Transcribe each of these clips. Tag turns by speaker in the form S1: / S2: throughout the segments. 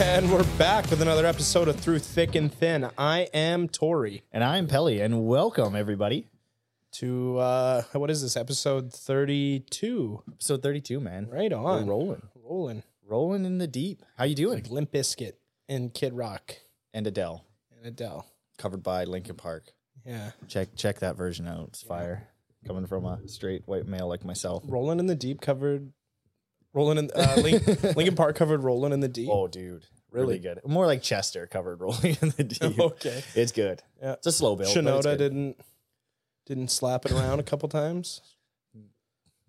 S1: And we're back with another episode of Through Thick and Thin. I am Tori.
S2: And I'm Pelly, and welcome everybody.
S1: To uh what is this? Episode 32.
S2: Episode 32, man.
S1: Right
S2: We're
S1: on.
S2: rolling,
S1: Rolling.
S2: rolling in the deep. How you doing?
S1: Like Limp Bizkit and Kid Rock
S2: And Adele,
S1: and Adele.
S2: covered by Linkin Park.
S1: Yeah.
S2: Check check that version out. It's fire. Coming from a straight white male like myself.
S1: Rolling in the Deep covered Rolling in uh Link, Linkin Park covered Rolling in the Deep.
S2: Oh, dude,
S1: Really?
S2: really, good. More like Chester covered rolling in the deep.
S1: Okay.
S2: It's good.
S1: Yeah.
S2: It's a slow build. but it's
S1: Shinoda
S2: good.
S1: didn't didn't slap it around a couple times.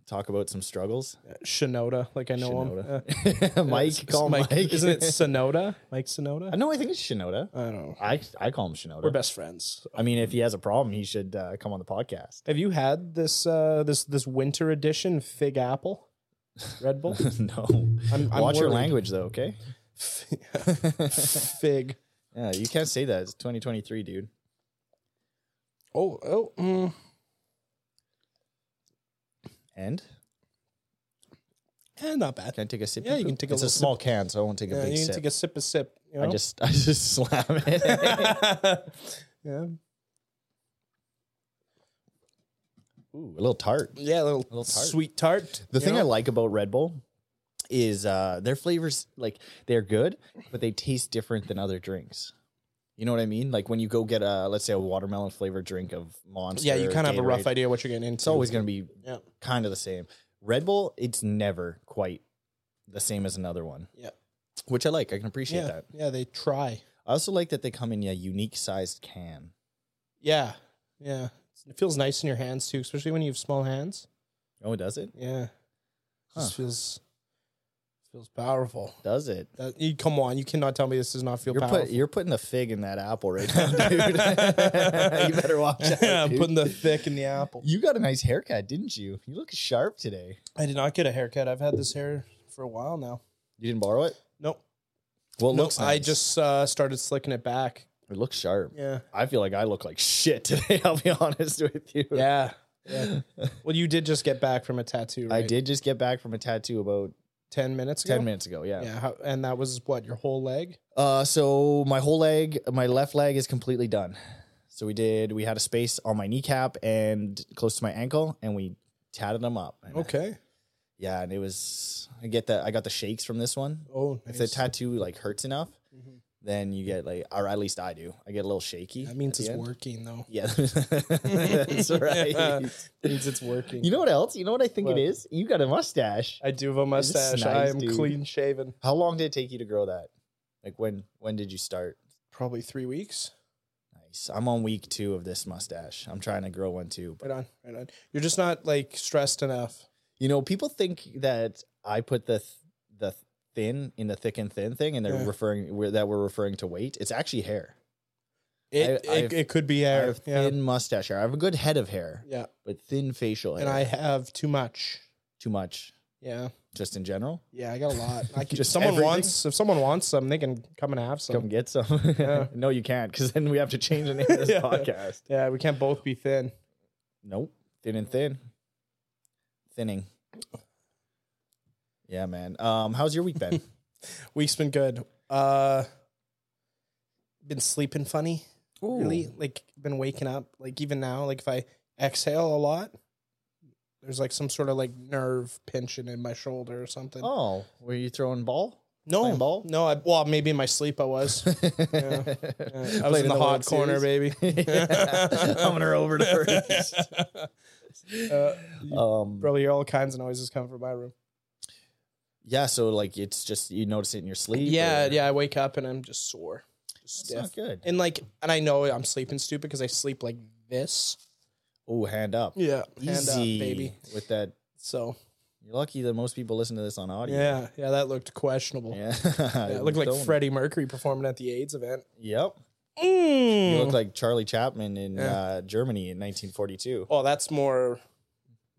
S2: talk about some struggles.
S1: Shinoda, like I know him. Yeah.
S2: Shinoda. Mike,
S1: It's-
S2: call Mike.
S1: Mike. Isn't it Sonoda? Mike Sonoda?
S2: no, I think it's Shinoda.
S1: I don't know.
S2: I I call him Shinoda.
S1: We're best friends.
S2: I mean, if he has a problem, he should uh, come on the podcast.
S1: Have you had this uh, this this winter edition fig apple Red Bull?
S2: no,
S1: I'm, I'm
S2: watch your
S1: worried.
S2: language though. Okay.
S1: fig.
S2: Yeah, you can't say that. It's 2023, dude.
S1: Oh oh. mm.
S2: And
S1: Eh, not bad.
S2: can I take a sip?
S1: Yeah, you can take a
S2: It's
S1: little
S2: a small can, so I won't take a
S1: Yeah,
S2: big
S1: you can
S2: sip.
S1: take a sip of sip. You
S2: I
S1: know?
S2: just I just slam it.
S1: yeah.
S2: Ooh, a little tart.
S1: Yeah, a little,
S2: little tart.
S1: sweet tart.
S2: The
S1: you
S2: thing I
S1: know?
S2: like about Red Bull is uh, their flavors. Like they're good, but they taste different than other drinks. You know what I mean? Like when you go get a let's say a watermelon flavored drink of Monster.
S1: yeah, you kind of have a rough
S2: Gatorade,
S1: idea what you're getting into.
S2: It's always going to be
S1: yeah,
S2: kind of the same. Red Bull, it's never quite the same as another one,
S1: yeah,
S2: which I like. I can appreciate
S1: yeah,
S2: that.
S1: yeah. They try.
S2: I also like that they come in a unique sized can.
S1: Yeah, yeah. It feels nice in your hands too, especially when you have small hands.
S2: Oh, does it?
S1: Yeah, just
S2: Huh.
S1: feels feels powerful.
S2: Does it?
S1: That, Uh, you come on, you cannot tell me this does not feel
S2: You're,
S1: powerful.
S2: put, you're putting a fig in that apple right now, dude. you better watch out.
S1: Yeah, I'm
S2: dude.
S1: putting the thick in the apple.
S2: you got a nice haircut, didn't you? You look sharp today.
S1: I did not get a haircut. I've had this hair for a while now.
S2: You didn't borrow it?
S1: Nope.
S2: Well, it
S1: nope.
S2: looks
S1: I
S2: nice.
S1: just uh, started slicking it back.
S2: It looks sharp.
S1: Yeah.
S2: I feel like I look like shit today, I'll be honest with you.
S1: Yeah. yeah. well, you did just get back from a tattoo,
S2: I
S1: right?
S2: did just get back from a tattoo about
S1: 10 minutes ago?
S2: 10 minutes ago. Yeah.
S1: Yeah. How, and that was what, your whole leg?
S2: Uh, so my whole leg, my left leg is completely done. So we did, we had a space on my kneecap and close to my ankle, and we tatted them up. And,
S1: Okay.
S2: Yeah, and it was. I get that. I got the shakes from this one.
S1: Oh,
S2: If
S1: nice.
S2: the tattoo like hurts enough,
S1: Mhm.
S2: then you get like, or at least I do. I get a little shaky.
S1: That means
S2: at
S1: it's
S2: the end.
S1: working, though.
S2: Yeah, that's right.
S1: means it's working.
S2: You know what else? You know what I think
S1: What?
S2: it is? You got a mustache.
S1: I do have a
S2: It's
S1: mustache. I
S2: nice,
S1: am
S2: dude.
S1: clean shaven.
S2: How long did it take you to grow that? Like when? When did you start?
S1: Probably three weeks.
S2: Nice. I'm on week two of this mustache. I'm trying to grow one too. But
S1: Right on. Right on. You're just not like stressed enough.
S2: you know, people think that I put the th- the thin in the thick and thin thing, and they're
S1: Yeah.
S2: referring we're, that we're referring to weight. It's actually hair.
S1: It,
S2: I-
S1: it,
S2: I've-
S1: it could be
S2: I
S1: hair.
S2: have
S1: Yeah.
S2: thin mustache hair. I have a good head of hair,
S1: yeah.
S2: but thin facial hair.
S1: And I have too much.
S2: too much,
S1: Yeah.
S2: just in general.
S1: Yeah, I got a lot. I can,
S2: Just
S1: someone
S2: everything?
S1: wants if someone wants some, they can come and have some.
S2: Come get some.
S1: Yeah.
S2: no, you can't, because then we have to change the name of this
S1: Yeah.
S2: podcast.
S1: Yeah, we can't both be thin.
S2: Nope, thin and thin, thinning.
S1: Oh.
S2: Yeah, man. Um, how's your week been?
S1: Week's been good. Uh been sleeping funny. Really?
S2: Ooh.
S1: Like been waking up. Like even now, like if I exhale a lot, there's like some sort of like nerve pinching in my shoulder or something.
S2: Oh, were you throwing ball?
S1: no,
S2: playing ball?
S1: no. I, well, maybe in my sleep I was. Uh, I was
S2: Played
S1: in the, hot
S2: World
S1: corner,
S2: Series?
S1: baby.
S2: yeah. Humming her over to first.
S1: Uh,
S2: Um,
S1: Bro, you're all kinds of noises coming from my room.
S2: yeah, so like it's just you notice it in your sleep.
S1: Yeah,
S2: or-
S1: yeah. I wake up and I'm just sore, just
S2: It's
S1: stiff,
S2: not good.
S1: and like, and I know I'm sleeping stupid because I sleep like this.
S2: Oh, hand up.
S1: Yeah, hand
S2: Easy,
S1: up, baby.
S2: With that,
S1: So
S2: you're lucky that most people listen to this on audio.
S1: yeah, yeah. That looked questionable. Yeah.
S2: Yeah.
S1: it looked like
S2: Don't-
S1: Freddie Mercury performing at the AIDS event.
S2: Yep. You
S1: Mm.
S2: look like Charlie Chaplin in
S1: Yeah.
S2: uh, Germany in 1942.
S1: oh, that's more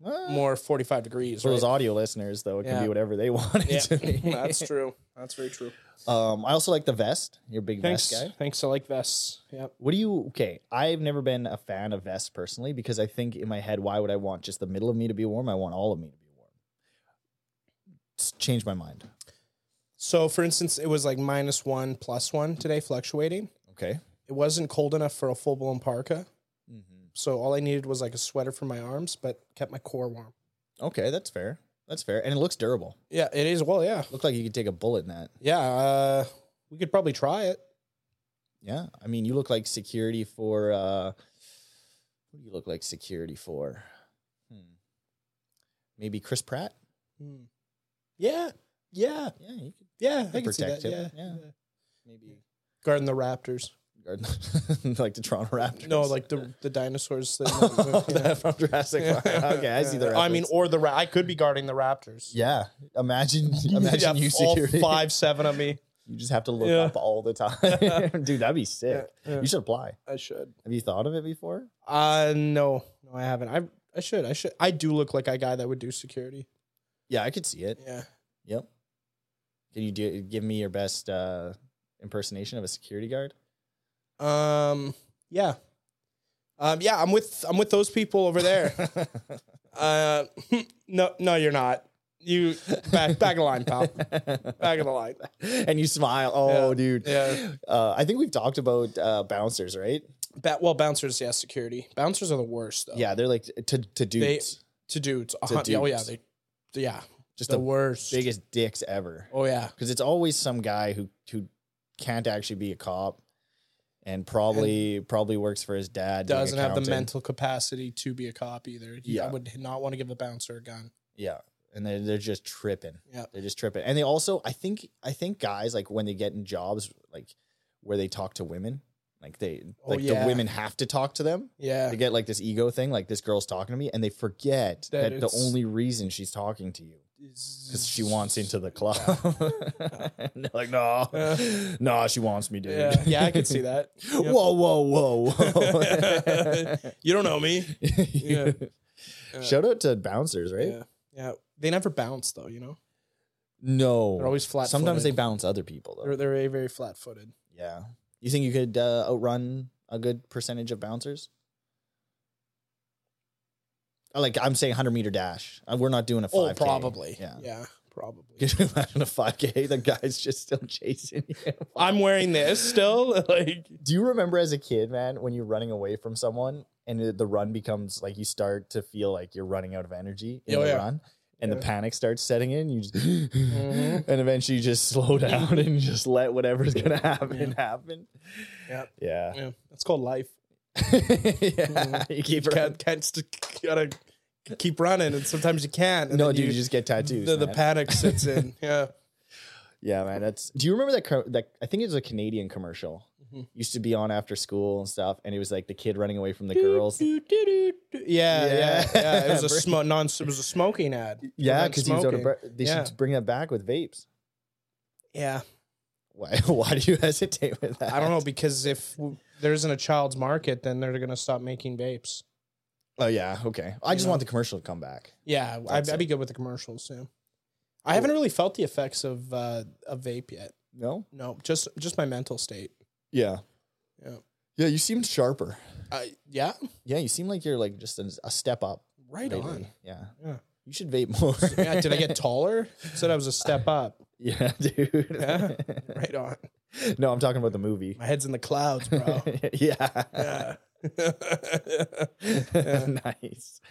S2: Ah.
S1: more 45 degrees.
S2: For those
S1: right?
S2: audio listeners, though, it
S1: Yeah.
S2: can be whatever they want it
S1: Yeah,
S2: to be.
S1: that's true. That's very true.
S2: Um, I also like the vest. You're a big
S1: Thanks,
S2: vest guy.
S1: thanks. I like vests. Yep.
S2: What do you? Okay, I've never been a fan of vests personally because I think in my head, why would I want just the middle of me to be warm? I want all of me to be warm. It's changed my mind.
S1: So, for instance, it was like minus one, plus one today, fluctuating.
S2: Okay.
S1: It wasn't cold enough for a full blown parka.
S2: Mm-hmm.
S1: So, all I needed was like a sweater for my arms, but kept my core warm.
S2: Okay, that's fair. That's fair, and it looks durable.
S1: Yeah, it is. Well, yeah.
S2: Looked like you could take a bullet in that.
S1: Yeah. Uh, we could probably try it.
S2: Yeah, I mean, you look like security for. uh Who do you look like security for? Hmm. Maybe Chris Pratt.
S1: Hmm. Yeah. Yeah.
S2: Yeah, you could
S1: Yeah. I
S2: They
S1: can see that.
S2: protect
S1: Yeah.
S2: it.
S1: yeah.
S2: Yeah. maybe
S1: Guarding the raptors.
S2: guard like the Toronto Raptors.
S1: No, like the, the dinosaurs. That,
S2: Oh,
S1: yeah.
S2: that from Jurassic Park. Okay, I see the.
S1: I mean,
S2: reference.
S1: or the ra- I could be guarding the raptors.
S2: yeah. Imagine, imagine
S1: Yeah,
S2: you
S1: all
S2: security.
S1: five seven of me.
S2: You just have to look
S1: Yeah.
S2: up all the time, dude. That'd be sick.
S1: Yeah, yeah.
S2: You should apply.
S1: I should.
S2: Have you thought of it before?
S1: Uh no, no, I haven't. I I should. I should. I do look like a guy that would do security.
S2: Yeah, I could see it.
S1: Yeah.
S2: Yep. Can you do give me your best uh, impersonation of a security guard?
S1: Um. Yeah. Um. Yeah. I'm with I'm with those people over there. uh. No. No, you're not. You back back of line, pal. Back of the line.
S2: and you smile. Oh,
S1: Yeah,
S2: dude.
S1: yeah.
S2: Uh, I think we've talked about uh, bouncers, right?
S1: Ba- well, bouncers. Yeah, security. Bouncers are the worst. Though.
S2: Yeah, they're like to to dudes,
S1: To dudes.
S2: To
S1: uh Oh yeah.
S2: dudes.
S1: They. Yeah.
S2: just
S1: the
S2: the,
S1: worst.
S2: biggest dicks ever.
S1: Oh yeah.
S2: Because it's always some guy who who can't actually be a cop, and probably probably works for his dad. being
S1: doesn't have the
S2: accountant.
S1: mental capacity to be a cop either. He- I
S2: Yeah.
S1: would not want to give a bouncer a gun.
S2: Yeah. And they're, they're just tripping.
S1: Yeah.
S2: They're just tripping. And they also, I think, I think guys, like when they get in jobs, like where they talk to women, like they,
S1: Oh,
S2: like
S1: yeah.
S2: the women have to talk to them.
S1: Yeah.
S2: They get like this ego thing, like this girl's talking to me, and they forget
S1: That
S2: that, the
S1: it's-
S2: only reason she's talking to you because she wants into the club. And they're like, no,
S1: Yeah.
S2: no, she wants me, dude.
S1: Yeah, yeah, I could see that. Yep.
S2: Whoa, whoa, whoa, whoa.
S1: you don't know me. Yeah.
S2: Shout out to bouncers, right?
S1: Yeah. Yeah. They never bounce though, you know.
S2: No.
S1: They're always flat.
S2: Sometimes they bounce other people though.
S1: They're, they're very very flat footed.
S2: yeah. You think you could uh, outrun a good percentage of bouncers? Uh, Like I'm saying, hundred meter dash. Uh, We're not doing a
S1: Oh,
S2: five.
S1: probably.
S2: Yeah.
S1: Yeah. Probably.
S2: Could you imagine a five k? The guy's just still chasing you.
S1: I'm wearing this still. like.
S2: Do you remember as a kid, man, when you're running away from someone and it- the run becomes like you start to feel like you're running out of energy in
S1: Oh,
S2: the
S1: yeah.
S2: run, and the
S1: Yeah.
S2: panic starts setting in. You just
S1: Mhm.
S2: and eventually you just slow down and just let whatever's gonna happen happen.
S1: Yep.
S2: Yeah,
S1: Yeah. Mm-hmm. That's called life.
S2: yeah. You keep running.
S1: Can't, can't st- gotta keep running, and sometimes you can. And
S2: No,
S1: then
S2: dude, you, just get tattoos.
S1: the, the
S2: man.
S1: panic sits in. Yeah.
S2: yeah, man. That's. Do you remember that? Co- that I think it was a Canadian commercial.
S1: Mhm.
S2: Used to be on after school and stuff, and it was like the kid running away from the girls.
S1: Do, do, do, do. Yeah, yeah, yeah.
S2: Yeah.
S1: It was a smo- non. It was a smoking ad.
S2: Yeah,
S1: Prevent
S2: because he was out of
S1: smoking.
S2: breath. They
S1: Yeah.
S2: should bring that back with vapes.
S1: Yeah,
S2: Why? Why do you hesitate with that?
S1: I don't know because if w- there isn't a child's market, then they're gonna stop making vapes.
S2: Oh yeah. Okay. I
S1: You
S2: just
S1: know?
S2: want the commercial to come back.
S1: Yeah, I'd,
S2: That's
S1: I'd
S2: it.
S1: be good with the commercials soon. I haven't really felt the effects of uh, a vape yet.
S2: No.
S1: No, just just my mental state.
S2: Yeah.
S1: Yeah,
S2: Yeah. You seem sharper.
S1: I yeah,
S2: Yeah. You seem like you're like just a, a step up.
S1: right
S2: lately.
S1: on.
S2: Yeah.
S1: Yeah.
S2: You should vape more.
S1: Yeah, did I get taller? Said I was a step up.
S2: yeah, dude.
S1: Yeah. Right on.
S2: no, I'm talking about the movie.
S1: My head's in the clouds, bro.
S2: yeah.
S1: Yeah.
S2: nice.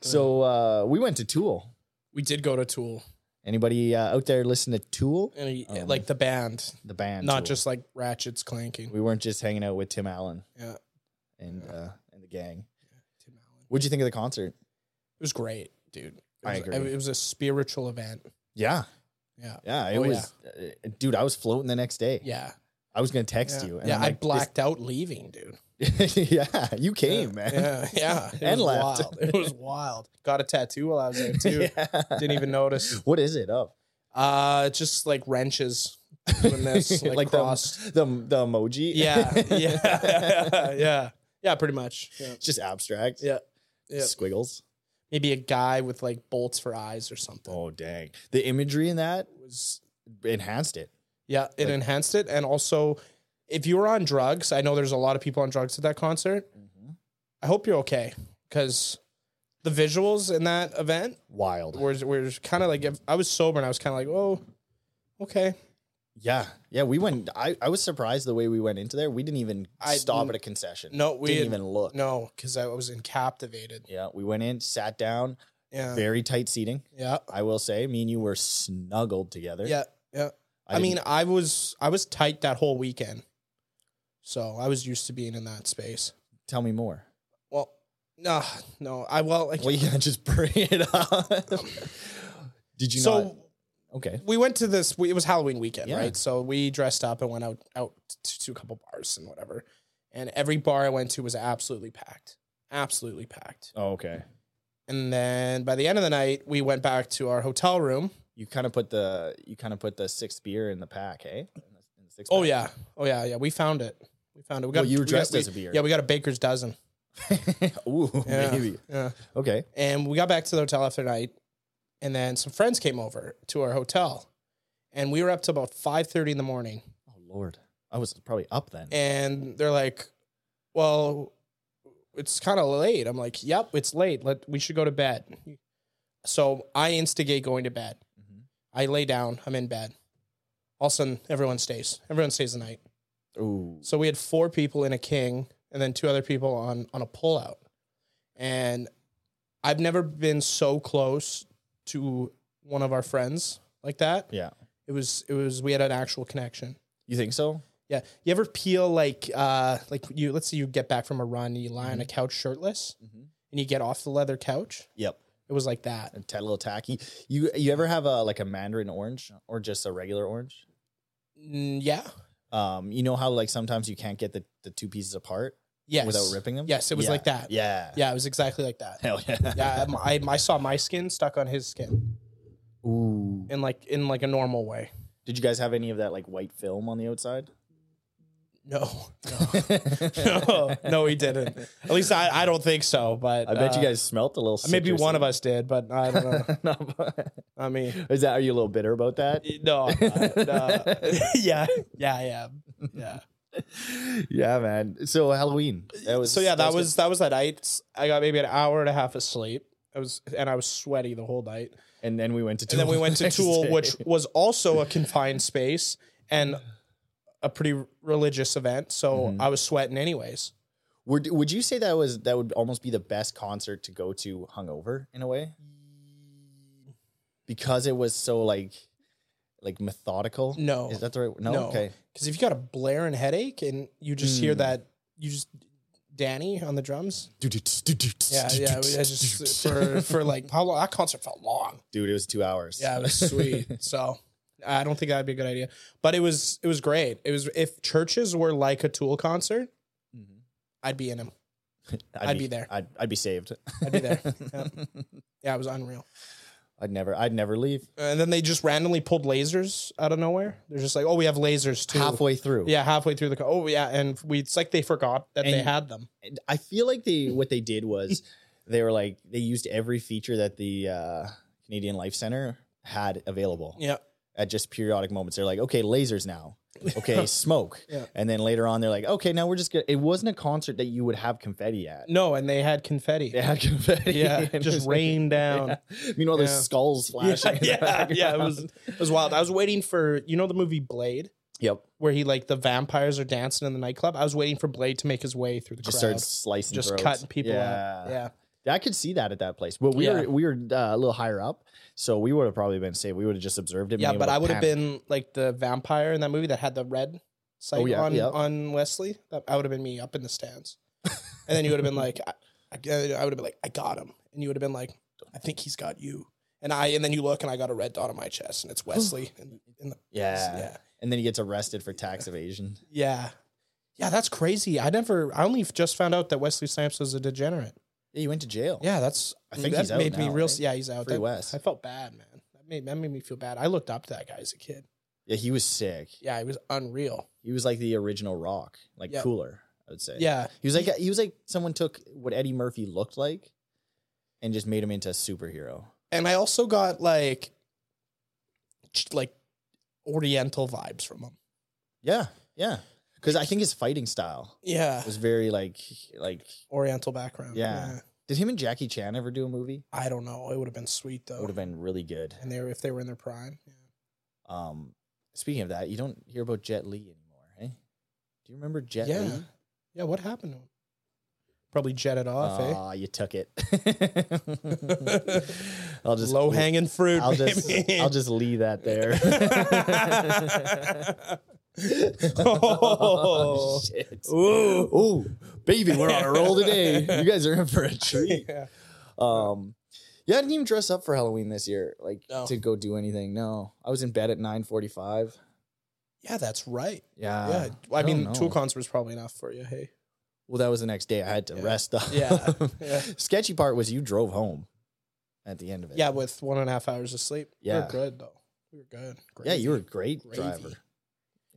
S2: So uh, we went to Tool.
S1: we did go to Tool,
S2: Anybody uh, out there listen to Tool?
S1: and he-
S2: Um,
S1: like the band,
S2: The band.
S1: not
S2: Tool.
S1: just like ratchets clanking.
S2: we weren't just hanging out with Tim Allen
S1: Yeah,
S2: and uh, and the gang.
S1: Tim Allen.
S2: What'd you think of the concert?
S1: It was great, dude. It
S2: I
S1: was-
S2: agree.
S1: It was a spiritual event.
S2: Yeah.
S1: Yeah.
S2: Yeah, it
S1: Oh,
S2: was, uh, dude. I was floating the next day.
S1: Yeah.
S2: I was gonna text
S1: yeah.
S2: you.
S1: yeah,
S2: I'm
S1: I
S2: like,
S1: blacked out leaving, dude.
S2: this- yeah, you came,
S1: yeah,
S2: man.
S1: Yeah. yeah. It
S2: And
S1: was
S2: left.
S1: Wild. It was wild. Got a tattoo while I was there too.
S2: Yeah.
S1: Didn't even notice.
S2: What is it Oh, of?
S1: Uh it's just like wrenches doing this like,
S2: Like the-
S1: crossed.
S2: The the emoji.
S1: Yeah. Yeah. yeah. Yeah, pretty much. Yeah.
S2: It's just abstract.
S1: Yeah. Yeah.
S2: Squiggles.
S1: Maybe a guy with like bolts for eyes or something.
S2: Oh dang! The imagery in that
S1: It was
S2: enhanced it.
S1: Yeah, it
S2: Like-
S1: enhanced it. And also, if you were on drugs, I know there's a lot of people on drugs at that concert. I hope you're okay because the visuals in that event
S2: Wild.
S1: were, were kind of like, if I was sober and I was kind of like, oh, okay.
S2: Yeah, yeah. We went. I, I was surprised the way we went into there. We didn't even
S1: I
S2: stop
S1: didn't-
S2: at a concession.
S1: No, we
S2: didn't
S1: had-
S2: even look.
S1: No, because I was in captivated.
S2: Yeah, we went in, sat down,
S1: Yeah.
S2: very tight seating.
S1: yeah.
S2: I will say, me and you were snuggled together.
S1: Yeah. Yeah. I,
S2: didn't-
S1: mean, I was I was tight that whole weekend. So I was used to being in that space.
S2: tell me more.
S1: Well, no, no. I well, like,
S2: Well, you gotta just bring it up. Did you
S1: so
S2: not? Okay.
S1: we went to this we, it was halloween weekend
S2: Yeah.
S1: right so we dressed up and went out out to, to a couple bars and whatever and every bar i went to was absolutely packed absolutely packed
S2: Oh, okay.
S1: and then by the end of the night we went back to our hotel room
S2: You kind of put the you kind of put the sixth beer in the pack, hey? In the- in the sixth
S1: oh
S2: pack.
S1: yeah oh yeah yeah we found it we found it we
S2: Well, you were
S1: we
S2: dressed
S1: we-
S2: as a beer.
S1: yeah we got a baker's dozen
S2: Ooh,
S1: Yeah.
S2: maybe.
S1: yeah
S2: Okay.
S1: and we got back to the hotel after the night and then some friends came over to our hotel and we were up to about 5.30 in the morning
S2: Oh Lord, I was probably up then.
S1: and they're like, "Well, it's kind of late." I'm like, "Yep, it's late. Let we should go to bed." So I instigate going to bed.
S2: Mm-hmm.
S1: I lay down. I'm in bed. All of a sudden, everyone stays. Everyone stays the night.
S2: Ooh.
S1: So we had four people in a king, and then two other people on on a pullout. And I've never been so close to one of our friends like that.
S2: Yeah.
S1: It was it was we had an actual connection.
S2: You think so?
S1: Yeah. You ever peel like uh like you let's say you get back from a run and you lie
S2: Mm-hmm.
S1: on a couch shirtless
S2: Mhm.
S1: and you get off the leather couch?
S2: Yep.
S1: It was like that.
S2: A tad little tacky. You you ever have a like a mandarin orange or just a regular orange?
S1: Mm, yeah.
S2: Um, you know how like sometimes you can't get the, the two pieces apart
S1: Yes.
S2: without ripping them.
S1: Yes, it was
S2: Yeah.
S1: like that.
S2: Yeah.
S1: Yeah, it was exactly like that.
S2: Hell yeah.
S1: Yeah, um, I, I saw my skin stuck on his skin
S2: Ooh.
S1: in like in like a normal way.
S2: Did you guys have any of that like white film on the outside?
S1: No, no, no, he didn't. At least I, I don't think so. But
S2: I bet you
S1: uh,
S2: guys smelt a little.
S1: maybe one of us did, but I don't know. I mean,
S2: Is that are you a little bitter about that?
S1: no, I'm not. no. yeah, yeah, yeah, yeah.
S2: yeah, man. So Halloween. That was
S1: so yeah, that was,
S2: good.
S1: that was that night. I got maybe an hour and a half of sleep. I was and I was sweaty the whole night.
S2: and then we went to Tool
S1: And then we
S2: the
S1: went to
S2: next
S1: Tool,
S2: day.
S1: which was also a confined space and a pretty religious event. So
S2: Mhm.
S1: I was sweating anyways.
S2: would would you say that was that would almost be the best concert to go to hungover in a way because it was so like like methodical.
S1: No,
S2: Is that the right? No.
S1: No.
S2: Okay.
S1: because if you got a blaring headache and you just hear
S2: Mm.
S1: that, you just Danny on the drums. Yeah,
S2: Yeah,
S1: yeah. I just uh, for for like how long that concert felt long.
S2: dude, it was two hours.
S1: Yeah, it was sweet. so I don't think that'd be a good idea. But it was it was great. It was if churches were like a Tool concert,
S2: Mhm.
S1: I'd be in them.
S2: I'd,
S1: I'd be there.
S2: I'd, I'd be saved.
S1: I'd be there. Yeah. Yeah, it was unreal.
S2: I'd never. I'd never leave.
S1: And then they just randomly pulled lasers out of nowhere. They're just like, oh, we have lasers too.
S2: Halfway through.
S1: Yeah, halfway through the. Co- oh yeah, and we it's like they forgot that they
S2: And-
S1: had them.
S2: And I feel like they what they did was they were like they used every feature that the uh, Canadian Life Center had available
S1: Yeah,
S2: at just periodic moments. They're like, okay, lasers now. Okay, smoke.
S1: Yeah.
S2: And then later on, they're like, okay, now we're just gonna. It wasn't a concert that you would have confetti at.
S1: no, and they had confetti.
S2: They had confetti.
S1: Yeah,
S2: and it was
S1: just
S2: like-
S1: rain down.
S2: Yeah. Meanwhile,
S1: Yeah.
S2: there's skulls flashing. in the
S1: yeah, yeah, it was
S2: background.
S1: it was wild. I was waiting for you know the movie Blade
S2: Yep.
S1: where he like the vampires are dancing in the nightclub. I was waiting for Blade to make his way through the
S2: Just uh,
S1: crowd,
S2: started slicing.
S1: just
S2: throats.
S1: cutting people
S2: yeah.
S1: out. Yeah,
S2: I could see that at that place. Well, we
S1: Yeah.
S2: were we were uh, a little higher up, so we would have probably been safe. We would have just observed it.
S1: yeah, but I would have been like the vampire in that movie that had the red sight
S2: Oh, yeah,
S1: on
S2: yeah.
S1: on Wesley. That I would have been me up in the stands, and then you would have been like, I, I, I would have been like, I got him, and you would have been like, I think he's got you, and I, and then you look and I got a red dot on my chest, and it's Wesley, and, and the,
S2: Yeah.
S1: yeah.
S2: and then he gets arrested for tax evasion.
S1: Yeah. Yeah, that's crazy. I never, I only just found out that Wesley Snipes was a degenerate.
S2: Yeah, he went to jail.
S1: Yeah, that's,
S2: I think
S1: that
S2: he's out
S1: made me
S2: now,
S1: real,
S2: right?
S1: yeah, he's out.
S2: Free
S1: That-
S2: West.
S1: I felt bad, man. That made, that made me feel bad. I looked up to that guy as a kid.
S2: yeah, he was sick.
S1: Yeah, he was unreal.
S2: He was like the original Rock, like
S1: Yeah.
S2: cooler. I would say.
S1: Yeah.
S2: he was like he was like someone took what Eddie Murphy looked like, and just made him into a superhero.
S1: And I also got like, ch- like Oriental vibes from him.
S2: Yeah, yeah, because I think his fighting style
S1: Yeah.
S2: was very like like.
S1: Oriental background.
S2: Yeah. Did him and Jackie Chan ever do a movie?
S1: I don't know. It would have been sweet
S2: That
S1: though.
S2: would have been really good.
S1: And they were, if they were in their prime. Yeah.
S2: Um, Speaking of that, you don't hear about Jet Li anymore, eh? Do you remember Jet
S1: yeah.
S2: Li?
S1: Yeah, what happened to him? Probably jetted off, eh?
S2: Aw, you took it. I'll just
S1: Low hanging fruit.
S2: I'll just
S1: baby.
S2: I'll just leave that there.
S1: oh,
S2: shit.
S1: Ooh.
S2: Oh, baby, we're on a roll today. You guys are in for a treat.
S1: Yeah.
S2: Um, yeah, I didn't even dress up for Halloween this year, like
S1: No.
S2: to go do anything. No, I was in bed at nine forty-five.
S1: yeah, that's right.
S2: Yeah,
S1: Yeah, I,
S2: I
S1: mean,
S2: don't know.
S1: tool concert was probably enough for you. Hey,
S2: Well, that was the next day. I had to
S1: Yeah.
S2: rest up.
S1: Yeah. Yeah.
S2: Sketchy part was you drove home at the end of it.
S1: yeah, with one and a half hours of sleep, we
S2: Yeah.
S1: were good though. We were good.
S2: yeah, you were a great
S1: Gravy.
S2: driver.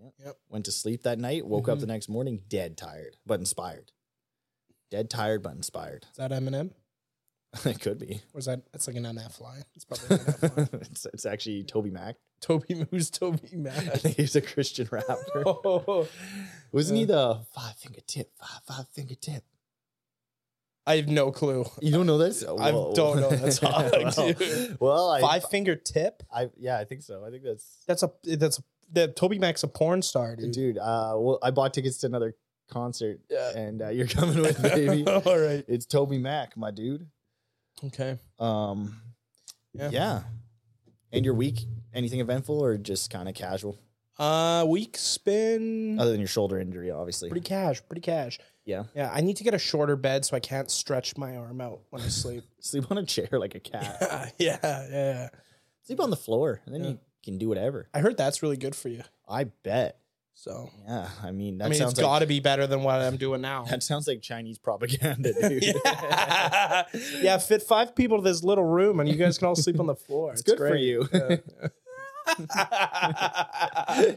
S2: Yep.
S1: Yep.
S2: Went to sleep that night. Woke up
S1: Mhm.
S2: the next morning dead tired, but inspired. Dead tired, but inspired.
S1: Is that Eminem?
S2: it could be.
S1: Or is that that's like an NF line? It's probably an NF line.
S2: it's, it's actually Toby Mac.
S1: Toby Who's Toby
S2: I
S1: Mac?
S2: think he's a Christian rapper.
S1: Oh,
S2: Wasn't he the five finger tip? Five five finger tip.
S1: I have no clue.
S2: You don't know this? Oh,
S1: I
S2: whoa.
S1: don't know that song,
S2: well,
S1: dude.
S2: well, I,
S1: Five finger tip.
S2: I yeah, I think so. I think that's
S1: That's a that's a, that Toby Mac's a porn star, dude.
S2: dude. Uh, well, I bought tickets to another concert,
S1: Yeah.
S2: and uh, you're coming with baby.
S1: All right.
S2: it's Toby Mac, my dude.
S1: Okay.
S2: Um,
S1: Yeah.
S2: yeah. And your week, anything eventful or just kind of casual?
S1: Uh, week's been
S2: Other than your shoulder injury, obviously.
S1: pretty cash. Pretty cash.
S2: yeah.
S1: Yeah, I need to get a shorter bed so I can't stretch my arm out when I sleep.
S2: Sleep on a chair like a cat.
S1: yeah, yeah, yeah.
S2: Sleep on the floor, and then
S1: Yeah.
S2: you can do whatever.
S1: I heard that's really good for you.
S2: I bet.
S1: So
S2: Yeah. I mean, that
S1: I mean, it's
S2: sounds
S1: got
S2: like
S1: to be better than what I'm doing now.
S2: that sounds like Chinese propaganda, dude.
S1: yeah. yeah, fit five people to this little room, and you guys can all sleep on the floor.
S2: It's good for you.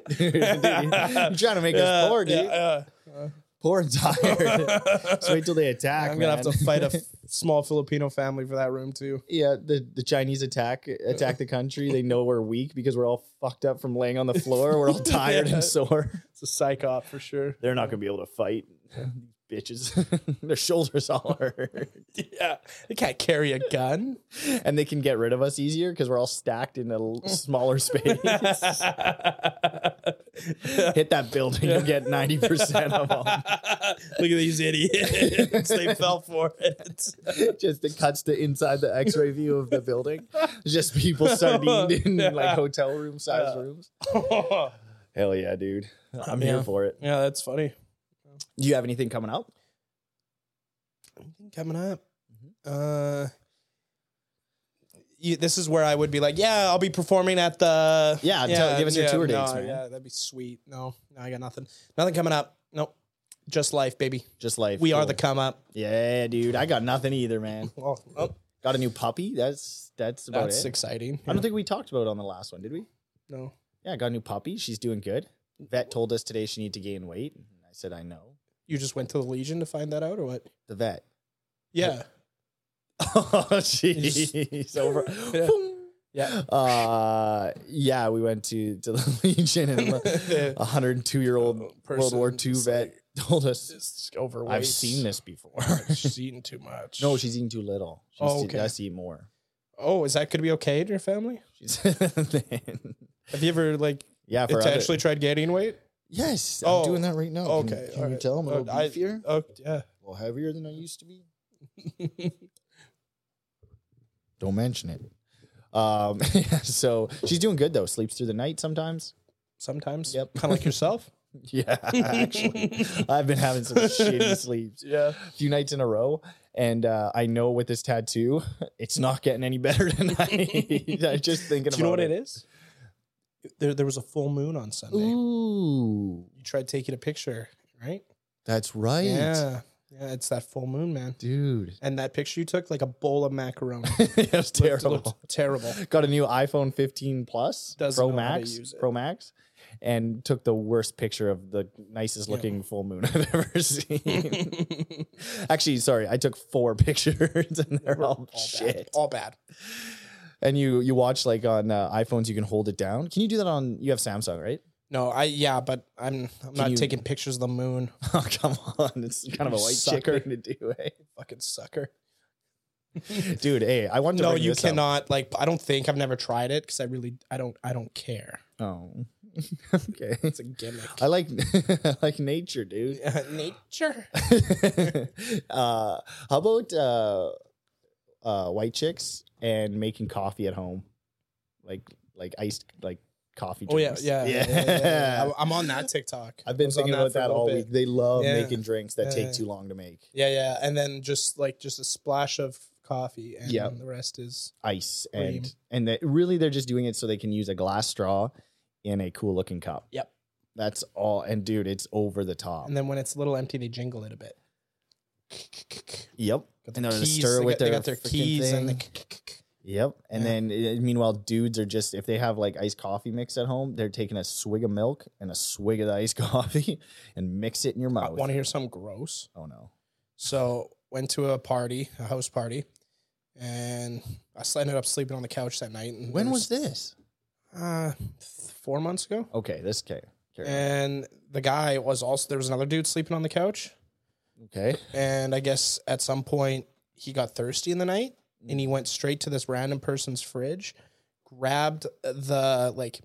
S2: Dude, you're trying to make us poor, dude. Poor and tired. Just wait till they attack.
S1: I'm gonna have
S2: man.
S1: to fight a f- small Filipino family for that room too.
S2: yeah, the, the Chinese attack attack the country. They know we're weak because we're all fucked up from laying on the floor. We're all tired
S1: Yeah.
S2: and sore.
S1: It's a psych op for sure.
S2: They're not gonna be able to fight, bitches. Their shoulders all hurt,
S1: Yeah, they can't carry a gun.
S2: and they can get rid of us easier because we're all stacked in a l- smaller space. Hit that building, you'll get ninety percent of them.
S1: Look at these idiots. they fell for it.
S2: just it cuts to inside the X-ray view of the building. It's Just people sardined in like hotel room sized
S1: Yeah.
S2: rooms.
S1: yeah,
S2: Hell yeah, dude! I'm
S1: Yeah.
S2: here for it.
S1: that's funny.
S2: Do you have anything coming up?
S1: Anything coming up?
S2: Mm-hmm.
S1: Uh, you, this is where I would be like, yeah, I'll be performing at the.
S2: Yeah, tell- give us your tour
S1: no,
S2: dates, man.
S1: Yeah, that'd be sweet. No, no, I got nothing. Nothing coming up. Nope. Just life, baby.
S2: Just life.
S1: We are
S2: Cool.
S1: the come up.
S2: yeah, dude. I got nothing either, man.
S1: Oh, oh,
S2: Got a new puppy. That's that's about
S1: that's
S2: it.
S1: exciting.
S2: I don't think we talked about it on the last one, did we?
S1: No.
S2: Yeah, I got a new puppy. She's doing good. Vet told us today she needed to gain weight. And I said I know.
S1: You just went to the Legion to find that out, or what?
S2: The vet.
S1: Yeah.
S2: Oh jeez. Over.
S1: Yeah.
S2: Boom.
S1: Yeah.
S2: uh yeah we went to to the legion and a 102 year old world
S1: Oh, Person
S2: war ii
S1: is
S2: vet
S1: like-
S2: told us
S1: Just overweight.
S2: i've seen this before
S1: She's eating too much.
S2: no she's eating too little she
S1: Oh,
S2: needs
S1: okay.
S2: to has to eat more
S1: Oh, is that going to be okay in your family?
S2: she's
S1: Have you ever like
S2: yeah for other,
S1: intentionally tried gaining weight?
S2: yes
S1: Oh,
S2: i'm doing that right now Can-
S1: okay,
S2: can, you
S1: alright.
S2: tell i'm a
S1: Oh,
S2: little
S1: I-
S2: beefier
S1: Oh yeah.
S2: a little heavier than i used to be don't mention it um so she's doing good though sleeps through the night sometimes
S1: Sometimes.
S2: Yep.
S1: Kind of like yourself.
S2: yeah actually i've been having some shitty sleeps
S1: Yeah.
S2: few nights in a row. And uh, I know with this tattoo, it's not getting any better tonight. I'm just thinking
S1: Do
S2: about
S1: you know what
S2: it.
S1: it is? There, there was a full moon on Sunday.
S2: Ooh,
S1: You tried taking a picture, right?
S2: that's right,
S1: Yeah. Yeah. It's that full moon, man.
S2: dude.
S1: And that picture you took, like a bowl of macaroni.
S2: it was
S1: Looked-
S2: terrible.
S1: looked terrible.
S2: Got a new iPhone 15 Plus
S1: Doesn't
S2: Pro
S1: know how to
S2: Max,
S1: use it.
S2: Pro Max, and took the worst picture of the nicest looking full moon I've ever seen. Actually, sorry, I took four pictures and they're all,
S1: Bad.
S2: Oh, shit.
S1: All bad.
S2: And you you watch like on uh, iPhones, you can hold it down. Can you do that on? You have Samsung, right?
S1: No, I yeah, but I'm I'm not
S2: you-
S1: taking pictures of the moon.
S2: Oh, come on. It's kind of a
S1: You
S2: white
S1: sucker.
S2: chick thing to do, eh?
S1: Fucking sucker.
S2: Dude, hey, I wanted to
S1: No,
S2: bring
S1: you
S2: this up.
S1: cannot. Like, I don't think I've never tried it because I really I don't I don't care.
S2: Oh. okay.
S1: It's a gimmick.
S2: I like I like nature, dude.
S1: Nature.
S2: uh, how about uh, uh, white chicks and making coffee at home, like like iced like coffee.
S1: Oh yeah,
S2: Drinks.
S1: yeah, yeah. yeah, yeah, yeah. I'm on that TikTok.
S2: I've been
S1: Was on
S2: thinking about
S1: for a
S2: that
S1: little
S2: all
S1: bit.
S2: week. They love
S1: Yeah.
S2: making drinks that
S1: Yeah,
S2: take
S1: yeah.
S2: too long to make.
S1: Yeah, yeah, and then just like just a splash of coffee, and
S2: Yeah.
S1: the rest is
S2: Ice
S1: Cream.
S2: and and that really they're just doing it so they can use a glass straw in a cool looking cup.
S1: Yep.
S2: That's all. And dude, it's over the top.
S1: And then when it's a little empty, they jingle it a bit.
S2: yep.
S1: Got
S2: And they're gonna
S1: keys,
S2: stir
S1: they
S2: with
S1: got, they
S2: their
S1: got their
S2: frickin'
S1: keys and the
S2: thing. Yep. And
S1: Yeah.
S2: then uh, meanwhile, dudes are just if they have like iced coffee mix at home, they're taking a swig of milk and a swig of the iced coffee and mix it in your
S1: I
S2: mouth.
S1: want to hear something gross.
S2: oh no.
S1: So went to a party, a house party, and I s- ended up sleeping on the couch that night. And
S2: When
S1: there
S2: was this?
S1: uh, four months ago?
S2: Okay, this okay. Carry on.
S1: And the guy was also there was another dude sleeping on the couch,
S2: Okay.
S1: and I guess at some point he got thirsty in the night, and he went straight to this random person's fridge, grabbed the like.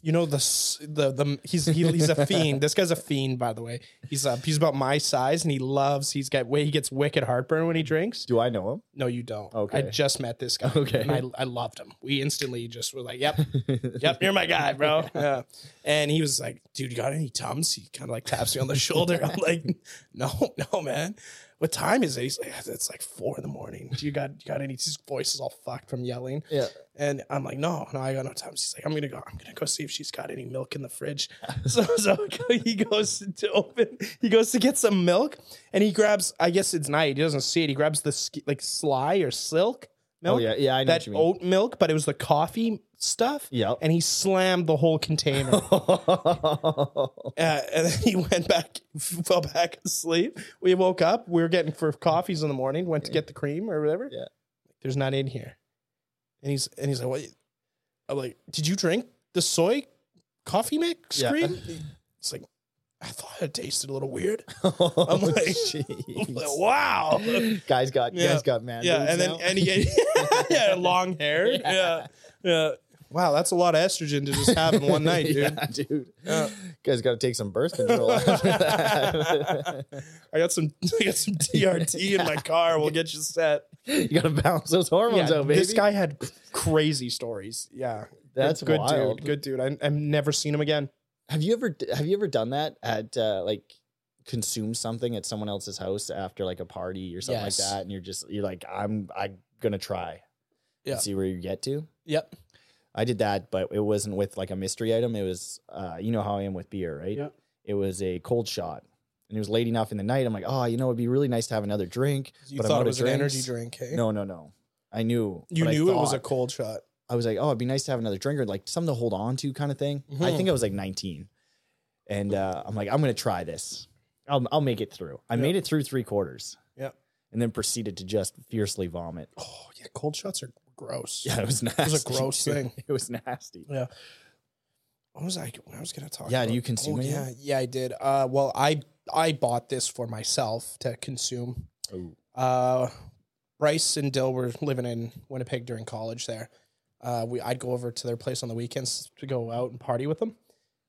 S1: You know the s- the the he's he, he's a fiend. This guy's a fiend, by the way. He's uh, he's about my size, and he loves. He's got way he gets wicked heartburn when he drinks.
S2: Do I know
S1: No, you don't.
S2: Okay.
S1: I just met this guy.
S2: Okay.
S1: And I, I loved him. We instantly just were like, yep,
S2: him?
S1: yep, you're my guy, bro. Yeah. And he was like, dude, you got any tums? He kind of like taps me on the shoulder. I'm like, no, no, man. What time is it? He's like, it's like four in the morning. Do you got you got any? His voice is all fucked from yelling.
S2: yeah.
S1: And I'm like, no, no, I got no time. She's like, I'm gonna go, I'm gonna go see if she's got any milk in the fridge. So, so he goes to open, he goes to get some milk, and he grabs. I guess it's night. He doesn't see it. He grabs the sk- like sly or silk milk,
S2: Oh yeah, yeah, I know what
S1: that
S2: you mean.
S1: oat milk, but it was the coffee stuff.
S2: Yep.
S1: And he slammed the whole container. Uh, and then he went back, fell back asleep. We woke up. We were getting for coffees in the morning. Went to get the cream or whatever.
S2: Yeah.
S1: there's not in here. And he's and he's like, "What?" I'm like, "Did you drink the soy coffee mix
S2: Yeah.
S1: cream?" It's like, I thought it tasted a little weird.
S2: I'm
S1: like- I'm like, wow.
S2: Guys got
S1: Yeah.
S2: guys got man.
S1: yeah,
S2: boobs
S1: and then
S2: now.
S1: and he yeah, long hair. Yeah. yeah, Wow, that's a lot of estrogen to just have in one night, dude.
S2: yeah, dude.
S1: Yeah.
S2: guys got to take some birth control after that.
S1: I got some I got some TRT in my car. We'll get you set.
S2: you got to balance those hormones
S1: Yeah,
S2: out, baby.
S1: This guy had crazy stories. Yeah.
S2: That's
S1: good
S2: wild.
S1: dude. Good dude. I, I've never seen him again.
S2: Have you ever have you ever done that at uh, like consume something at someone else's house after like a party or something like
S1: Yes.
S2: that, and you're just you're like I'm I'm gonna try,
S1: Yeah.
S2: and see where you get to.
S1: Yep.
S2: I did that, but it wasn't with like a mystery item. It was uh, you know how I am with beer, right?
S1: Yeah.
S2: It was a cold shot, and it was late enough in the night. I'm like, oh, you know, it'd be really nice to have another drink.
S1: You
S2: But I'm
S1: thought it
S2: out of
S1: was an energy
S2: drinks.
S1: drink, hey?
S2: No, no, no. I knew.
S1: You
S2: but I
S1: knew it was a
S2: thought-
S1: cold shot.
S2: I was like, oh, it'd be nice to have another drink or like something to hold on to kind of thing. I
S1: Mhm.
S2: think I was like 19. And uh, I'm like, I'm going to try this. I'll, I'll make it through. I
S1: Yeah.
S2: made it through three quarters.
S1: Yeah.
S2: And then proceeded to just fiercely vomit.
S1: Oh yeah, cold shots are gross.
S2: Yeah, it was nasty.
S1: gross
S2: dude.
S1: thing.
S2: It was nasty.
S1: What was I? I was gonna talk.
S2: Yeah, do
S1: about-
S2: you consume
S1: oh,
S2: any of
S1: Yeah, yeah, I did. Uh, well, I I bought this for myself to consume.
S2: Ooh.
S1: Uh, Bryce and Dill were living in Winnipeg during college. There, uh, we I'd go over to their place on the weekends to go out and party with them.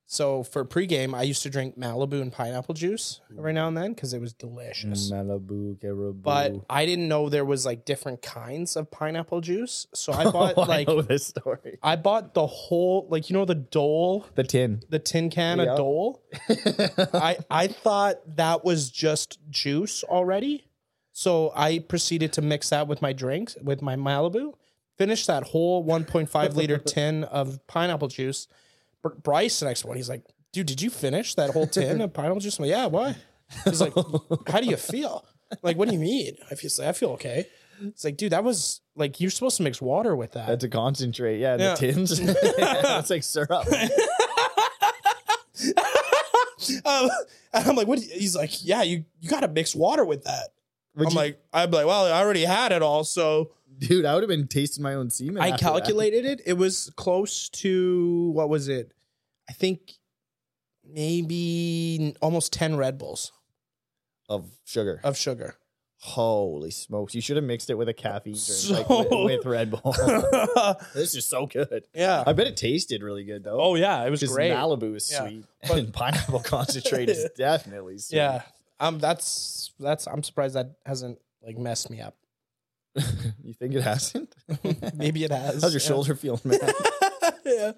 S1: So for pregame, I used to drink Malibu and pineapple juice every now and then because it was delicious.
S2: Malibu, Caribou.
S1: But I didn't know there was like different kinds of pineapple juice, so I bought
S2: Oh,
S1: like
S2: I know this story.
S1: I bought the whole like you know the Dole
S2: The tin.
S1: the tin can
S2: Yeah.
S1: of Dole. I I thought that was just juice already, so I proceeded to mix that with my drinks with my Malibu. Finished that whole 1.5 liter tin of pineapple juice. Br- Bryce, the next one, he's like, "Dude, did you finish that whole tin of pineapple juice?" I'm like, "Yeah, why?" He's like, "How do you feel?" I'm like, what do you mean? I feel I feel okay. It's like, dude, that was like you're supposed to mix water with that.
S2: That's a concentrate. Yeah,
S1: Yeah.
S2: the tins. it's like syrup.
S1: Um, and I'm like, what? do you- He's like, yeah, you, you got to mix water with that.
S2: Would
S1: I'm
S2: you-
S1: like, I'm like, well, I already had it all. So
S2: dude, I would have been tasting my own semen.
S1: I
S2: after that.
S1: calculated it. It was close to, what was it? I think maybe almost 10 Red Bulls
S2: of sugar.
S1: of sugar.
S2: Holy smokes! You should have mixed it with a caffeine drink, like
S1: So-
S2: with, with Red Bull. this is so good.
S1: yeah.
S2: I bet it tasted really good though.
S1: Oh yeah, it was
S2: Because
S1: great.
S2: Malibu is
S1: Yeah.
S2: sweet,
S1: But-
S2: and pineapple concentrate is definitely sweet.
S1: yeah. Um that's that's I'm surprised that hasn't like messed me up.
S2: you think it hasn't?
S1: Maybe it has.
S2: How's your
S1: yeah.
S2: shoulder feeling, man?
S1: yeah.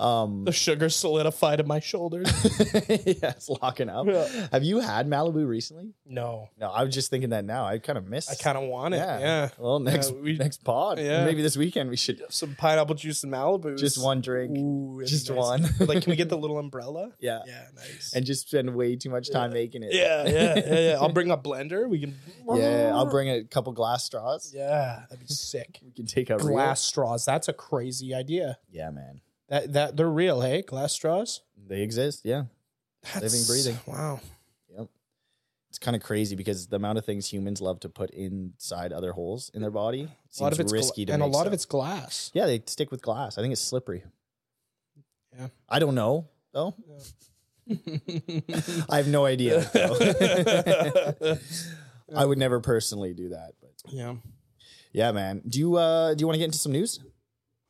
S2: Um,
S1: The sugar solidified in my shoulders.
S2: yeah, it's locking up.
S1: Yeah.
S2: Have you had Malibu recently?
S1: no.
S2: No, I was just thinking that now. I kind of missed.
S1: I kind of want it. Yeah.
S2: Well, next
S1: Yeah, we-
S2: next pod,
S1: Yeah.
S2: maybe this weekend we should
S1: Some pineapple juice in Malibu.
S2: just one drink,
S1: Ooh, it's
S2: just
S1: nice.
S2: one.
S1: like, can we get the little umbrella?
S2: yeah.
S1: Yeah, nice.
S2: and just spend way too much time making it.
S1: yeah, yeah, yeah, yeah. I'll bring a blender. We can.
S2: yeah, I'll bring a couple glass straws.
S1: Yeah, that'd be sick.
S2: We can take a real-
S1: Glass straws. That's a crazy idea.
S2: Yeah, man,
S1: That that they're real, hey? Glass straws.
S2: they exist. Yeah, Living, breathing.
S1: Wow.
S2: it's kind of crazy because the amount of things humans love to put inside other holes in their body seems
S1: A lot of it's gla-
S2: risky to
S1: and a
S2: make
S1: lot
S2: stuff.
S1: of it's glass.
S2: Yeah, they stick with glass. I think it's slippery.
S1: Yeah.
S2: I don't know though. I have no idea. though. I would never personally do that, but
S1: yeah.
S2: yeah, man. Do you uh do you want to get into some news?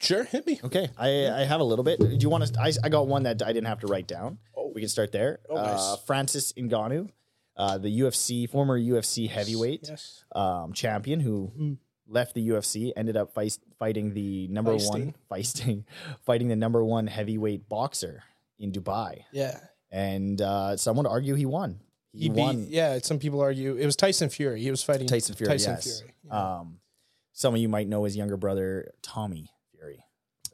S1: Sure. Hit me.
S2: Okay, I I have a little bit. Do you want to? I I got one that I didn't have to write down.
S1: Oh.
S2: We can start there.
S1: Oh, nice.
S2: uh, Francis Ngannou, uh, the UFC former UFC heavyweight
S1: Yes.
S2: um, champion who
S1: Mm.
S2: left the UFC, ended up feist, fighting the number one feisting, fighting the number one heavyweight boxer in Dubai,
S1: Yeah.
S2: and uh, some would argue he won. He,
S1: He
S2: won
S1: beat. Yeah. Some people argue it was Tyson Fury. He was fighting
S2: Tyson Fury.
S1: Tyson
S2: yes.
S1: Fury,
S2: Um, some of you might know his younger brother Tommy Fury,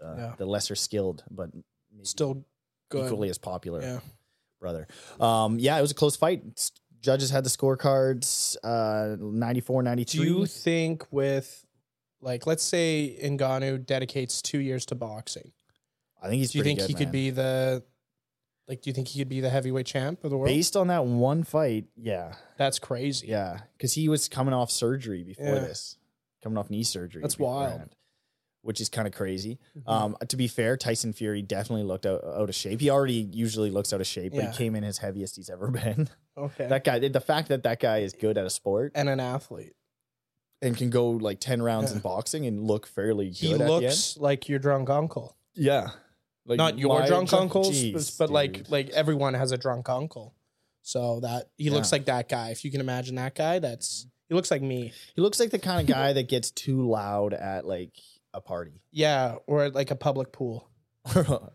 S2: uh,
S1: Yeah.
S2: the lesser skilled but maybe
S1: Still good.
S2: equally as popular
S1: Yeah.
S2: brother. Um, yeah, it was a close fight. S- Judges had the scorecards uh, 94
S1: Do
S2: 93.
S1: you think with like let's say Ngannou dedicates two years to boxing?
S2: I think he's
S1: Do you
S2: pretty
S1: think
S2: good,
S1: he
S2: man.
S1: could be the like? Do you think he could be the heavyweight champ of the world?
S2: based on that one fight? Yeah,
S1: That's crazy.
S2: yeah, because he was coming off surgery before
S1: Yeah.
S2: this, coming off knee surgery.
S1: That's wild.
S2: beforehand, which is kind of crazy.
S1: Mhm.
S2: Um, to be fair, Tyson Fury definitely looked out, out of shape. He already usually looks out of shape, but
S1: Yeah.
S2: he came in his heaviest he's ever been.
S1: okay.
S2: that guy, the fact that that guy is good at a sport
S1: and an athlete.
S2: and can go like ten rounds
S1: Yeah.
S2: in boxing and look fairly good.
S1: He
S2: at the end.
S1: looks like your drunk uncle,
S2: Yeah. Like
S1: not your
S2: my
S1: drunk
S2: drunk-
S1: uncle,
S2: Jeez,
S1: but like
S2: dude.
S1: like everyone has a drunk uncle. So that he looks
S2: Yeah.
S1: like that guy. If you can imagine that guy, that's he looks like me.
S2: he looks like the kind of guy that gets too loud at like a party.
S1: Yeah, or like a public pool.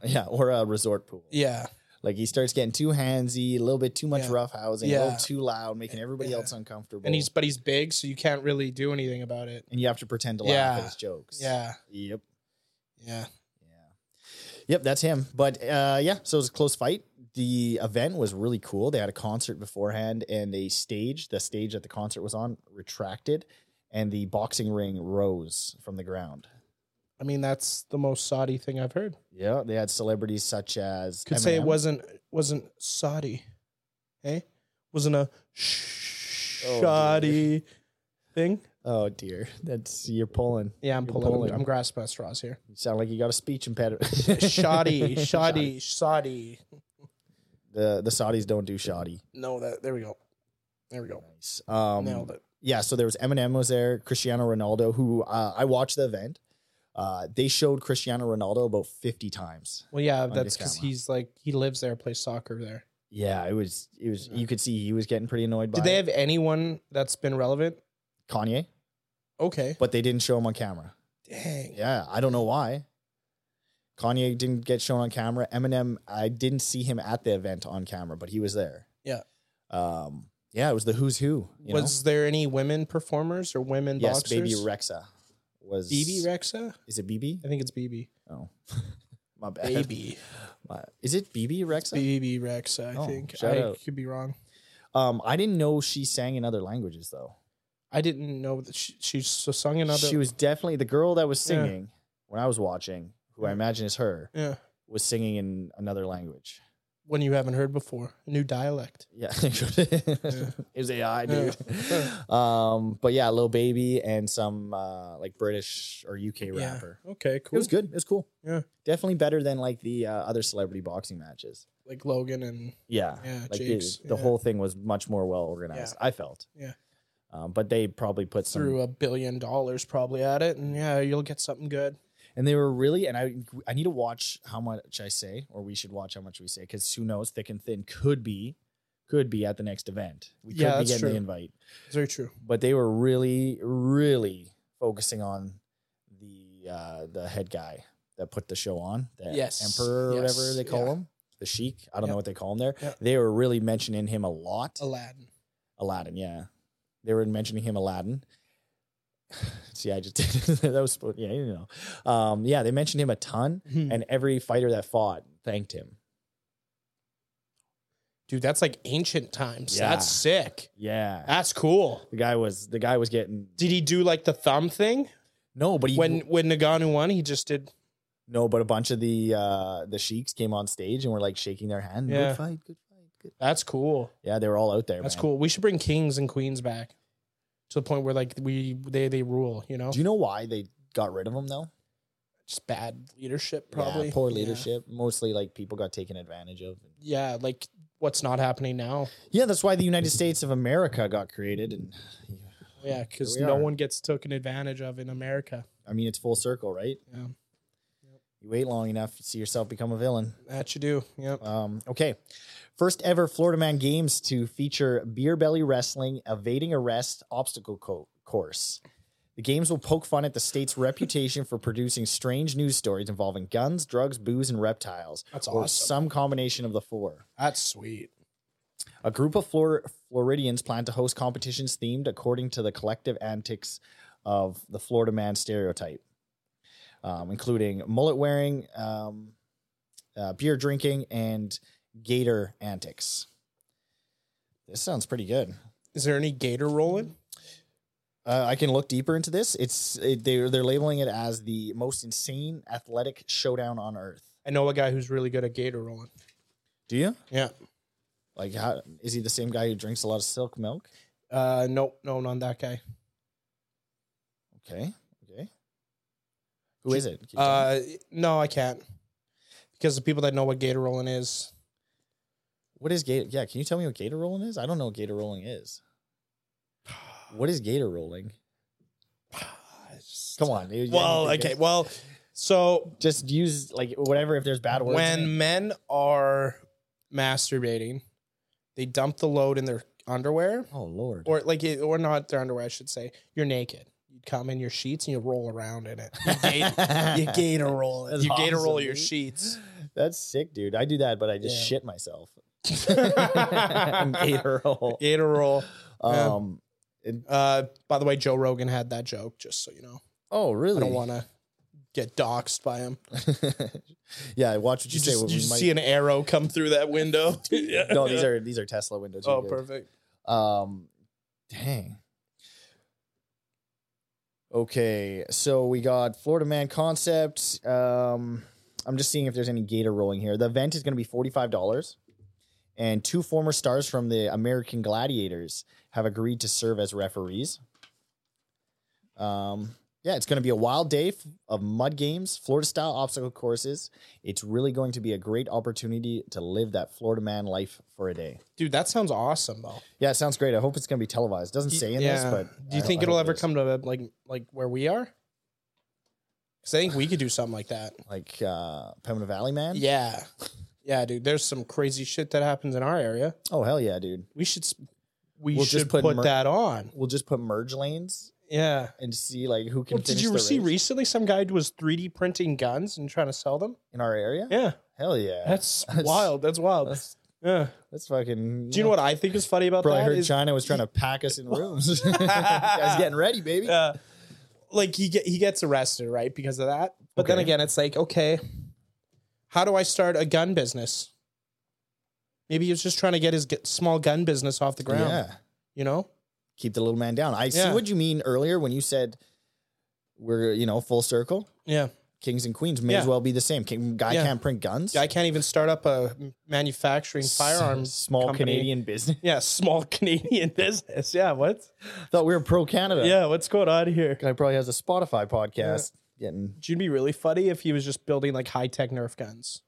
S2: yeah, or a resort pool.
S1: Yeah,
S2: Like he starts getting too handsy, a little bit too much
S1: Yeah.
S2: rough housing, a
S1: Yeah.
S2: little too loud, making everybody
S1: Yeah.
S2: else uncomfortable.
S1: and he's but he's big, so you can't really do anything about it.
S2: and you have to pretend to laugh
S1: Yeah.
S2: at his jokes.
S1: Yeah,
S2: Yep.
S1: yeah.
S2: Yeah. Yep, that's him. But uh, yeah, so it was a close fight. The event was really cool. They had a concert beforehand and a stage. The stage that the concert was on retracted and the boxing ring rose from the ground.
S1: I mean, that's the most Saudi thing I've heard.
S2: Yeah, they had celebrities such as
S1: Could say it
S2: Eminem.
S1: wasn't wasn't Saudi, hey? Wasn't a
S2: Oh,
S1: shoddy thing.
S2: Oh dear, that's you're pulling.
S1: Yeah, I'm
S2: You're
S1: pulling.
S2: pulling.
S1: I'm grasping at straws here.
S2: You sound like you got a speech impediment.
S1: Shoddy, shoddy, shoddy.
S2: The the Saudis don't do shoddy.
S1: No, that there we go. There we go.
S2: Nice. Um,
S1: Nailed it.
S2: yeah, so there was Eminem was there, Cristiano Ronaldo, who uh, I watched the event. Uh, they showed Cristiano Ronaldo about 50 times.
S1: Well, yeah,
S2: on
S1: that's
S2: this
S1: because
S2: camera.
S1: he's like he lives there, plays soccer there.
S2: Yeah, it was it was
S1: Yeah.
S2: you could see he was getting pretty annoyed by
S1: Did they
S2: it.
S1: have anyone that's been relevant?
S2: Kanye,
S1: Okay.
S2: but they didn't show him on camera.
S1: Dang.
S2: Yeah, I don't know why. Kanye didn't get shown on camera. Eminem, I didn't see him at the event on camera, but he was there.
S1: Yeah.
S2: Um yeah, it was the who's who. You
S1: Was there any women performers or women
S2: know? yes,
S1: boxers?
S2: baby Rexa was
S1: BB Rexa?
S2: Is it BB?
S1: I think it's BB.
S2: Oh. My bad.
S1: Baby.
S2: My- is it BB Rexa?
S1: BB Rex, I
S2: Oh,
S1: think.
S2: shout
S1: I
S2: out.
S1: could be wrong.
S2: Um, I didn't know she sang in other languages though.
S1: I didn't know that she, she so sung another.
S2: She was definitely the girl that was
S1: Yeah. Mm.
S2: singing when I was watching, who I
S1: Yeah.
S2: imagine is her,
S1: yeah,
S2: was singing in another language.
S1: one you haven't heard before. A new dialect.
S2: Yeah, it was AI,
S1: Yeah.
S2: dude. um, but yeah, Lil Baby and some uh, like British or UK
S1: Yeah.
S2: rapper.
S1: Okay,
S2: It
S1: cool.
S2: was good. It was cool.
S1: Yeah.
S2: definitely better than like the uh, other celebrity boxing matches.
S1: Like Logan and
S2: Yeah,
S1: Yeah,
S2: like the,
S1: Jake's,
S2: the
S1: yeah.
S2: whole thing was much more well organized. I felt.
S1: Yeah.
S2: Um, but they probably put some
S1: threw a billion dollars probably at it, and yeah, you'll get something good.
S2: and they were really and I I need to watch how much I say or we should watch how much we say because who knows thick and thin could be could be at the next event we could
S1: Yeah,
S2: be
S1: that's
S2: getting the
S1: true.
S2: invite
S1: It's very true.
S2: but they were really really focusing on the uh, the head guy that put the show on the
S1: Yes,
S2: emperor or whatever
S1: yes,
S2: they call
S1: yeah.
S2: him the sheik I don't know
S1: Yep.
S2: what they call him there
S1: Yep.
S2: they were really mentioning him a lot
S1: Aladdin.
S2: Aladdin, yeah. They were mentioning him Aladdin. See, I just that was yeah, you know. Um, yeah, they mentioned him a ton,
S1: And
S2: and every fighter that fought thanked him.
S1: dude, that's like ancient times.
S2: Yeah.
S1: That's sick.
S2: Yeah,
S1: That's cool.
S2: Uh, the guy was the guy was getting
S1: Did he do like the thumb thing
S2: no, but he
S1: when when Nagano won? He just did.
S2: no, but a bunch of the uh the sheiks came on stage and were like shaking their hand.
S1: Yeah.
S2: Good fight, good fight, good.
S1: That's cool.
S2: Yeah, they were all out there.
S1: That's
S2: man.
S1: cool. We should bring kings and queens back to the point where like we they they rule. You know,
S2: Do you know why they got rid of him though?
S1: just bad leadership
S2: Yeah,
S1: probably.
S2: poor
S1: Yeah.
S2: leadership. Mostly like people got taken advantage of.
S1: yeah, like what's not happening now.
S2: Yeah, that's why the United States of America got created, and
S1: Yeah, because
S2: we
S1: no
S2: are.
S1: one gets taken advantage of in America.
S2: I mean it's full circle, right?
S1: Yeah,
S2: You wait long enough, you see yourself become a villain.
S1: that you do. Yep.
S2: Um, okay. First ever Florida Man Games to feature beer belly wrestling, evading arrest, obstacle co- course. The games will poke fun at the state's reputation for producing strange news stories involving guns, drugs, booze, and reptiles,
S1: That's
S2: or
S1: awesome.
S2: some combination of the four.
S1: That's sweet.
S2: A group of Flor- Floridians plan to host competitions themed according to the collective antics of the Florida man stereotype, um, including mullet wearing, um, uh, beer drinking, and gator antics. This sounds pretty good.
S1: Is there any gator rolling?
S2: Uh, I can look deeper into this. It's it, they're they're labeling it as the most insane athletic showdown on earth.
S1: I know a guy who's really good at gator rolling.
S2: Do you
S1: Yeah.
S2: like? How is he the same guy who drinks a lot of silk milk?
S1: Uh, nope, no, not that guy.
S2: Okay, okay. Who is it? Can you tell me?
S1: Uh, no, I can't because the people that know what gator rolling is,
S2: What is gator? Yeah, can you tell me what gator rolling is? I don't know what gator rolling is. What is gator rolling? Come on. dude, yeah,
S1: Well,
S2: you can
S1: okay,
S2: guess.
S1: well, so
S2: Just use like whatever if there's bad words. in it.
S1: when men are masturbating, they dump the load in their underwear
S2: oh lord,
S1: or like it- or not their underwear, I should say. You're naked. You come in your sheets and you roll around in it. You gator, you gator roll. it.
S2: That's
S1: You gator roll
S2: awesome,
S1: your
S2: dude.
S1: sheets.
S2: that's sick, dude. I do that, but I just
S1: Yeah.
S2: shit myself. gator roll.
S1: Gator roll. Yeah.
S2: Um. it-
S1: Uh, by the way, Joe Rogan had that joke, just so you know.
S2: oh really?
S1: I don't want to get doxxed by him.
S2: yeah, watch what
S1: You
S2: you, say.
S1: just
S2: we
S1: you just
S2: might-
S1: see an arrow come through that window. Yeah.
S2: no, these are these are Tesla windows. You're
S1: oh
S2: good.
S1: perfect.
S2: Um, dang. Okay, so we got Florida Man concept. Um, I'm just seeing if there's any gator rolling here. The event is going to be forty five dollars, and two former stars from the American Gladiators have agreed to serve as referees. Um, yeah, it's going to be a wild day f- of mud games, Florida style obstacle courses. It's really going to be a great opportunity to live that Florida Man life for a day.
S1: Dude, that sounds awesome though.
S2: Yeah, it sounds great. I hope it's going to be televised. Doesn't say in this, but
S1: do you
S2: I-
S1: think
S2: I
S1: it'll
S2: hope
S1: ever
S2: it is.
S1: come to like like where we are? Because I think we could do something like that.
S2: like uh, Pemina Valley Man?
S1: Yeah, yeah, dude. There's some crazy shit that happens in our area.
S2: Oh hell yeah, dude.
S1: We should s- we
S2: We'll just
S1: should
S2: put
S1: put,
S2: mer-
S1: that on.
S2: We'll just put merge lanes
S1: Yeah.
S2: and see like who can.
S1: Well, did
S2: finish
S1: you
S2: the
S1: see
S2: race
S1: recently some guy was 3D printing guns and trying to sell them?
S2: in our area?
S1: Yeah,
S2: Hell yeah,
S1: that's, wild. That's wild.
S2: That's,
S1: yeah.
S2: that's fucking.
S1: Do you know what I think is funny about
S2: Bro,
S1: that?
S2: I heard
S1: is-
S2: China was trying to pack us in rooms. Guys, getting ready, baby.
S1: uh, like he get, he gets arrested right because of that. But then
S2: Okay.
S1: again, it's like okay, how do I start a gun business? Maybe he was just trying to get his g- small gun business off the ground.
S2: Yeah,
S1: You know,
S2: keep the little man down. I see
S1: Yeah.
S2: what you mean earlier when you said we're you know full circle.
S1: yeah.
S2: Kings and queens may as
S1: Yeah.
S2: well be the same. King, guy
S1: Yeah.
S2: can't print guns.
S1: I can't even start up a manufacturing firearms
S2: small
S1: company.
S2: Canadian business.
S1: Yeah, small Canadian business. Yeah, what?
S2: Thought we were pro Canada.
S1: Yeah, what's going on here?
S2: Guy probably has a Spotify podcast. Getting
S1: It'd be really funny if he was just building like high tech Nerf guns.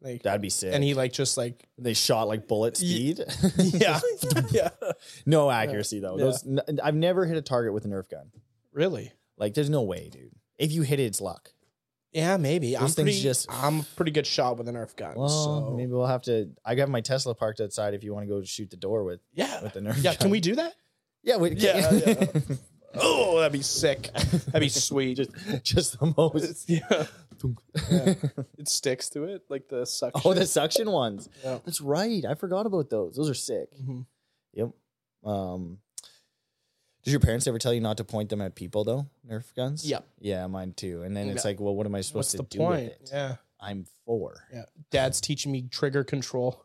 S1: Like,
S2: That'd be sick.
S1: and he like just like
S2: they shot like bullet speed.
S1: yeah yeah
S2: no accuracy though.
S1: Yeah.
S2: Those n- I've never hit a target with a Nerf gun.
S1: really
S2: Like there's no way, dude. If you hit it, it's luck.
S1: yeah maybe I'm
S2: Those things
S1: pretty
S2: just-
S1: I'm a pretty good shot with a Nerf gun
S2: Well,
S1: so
S2: maybe we'll have to. I have my Tesla parked outside. If you want to go shoot the door with
S1: yeah
S2: with the Nerf
S1: yeah
S2: gun.
S1: can we do that
S2: Yeah, we,
S1: Yeah, oh that'd be sick that'd be sweet
S2: Just the most.
S1: yeah. it sticks to it like the suction
S2: oh, the suction ones.
S1: Yeah.
S2: That's right. I forgot about those. Those are sick.
S1: Mhm.
S2: Yep. Um, did your parents ever tell you not to point them at people though? Nerf guns.
S1: Yeah.
S2: Yeah, mine too. And then it's
S1: Yeah.
S2: like, well, what am I supposed
S1: what's
S2: to
S1: the
S2: do
S1: point
S2: with it?
S1: yeah
S2: I'm four.
S1: yeah dad's teaching me trigger control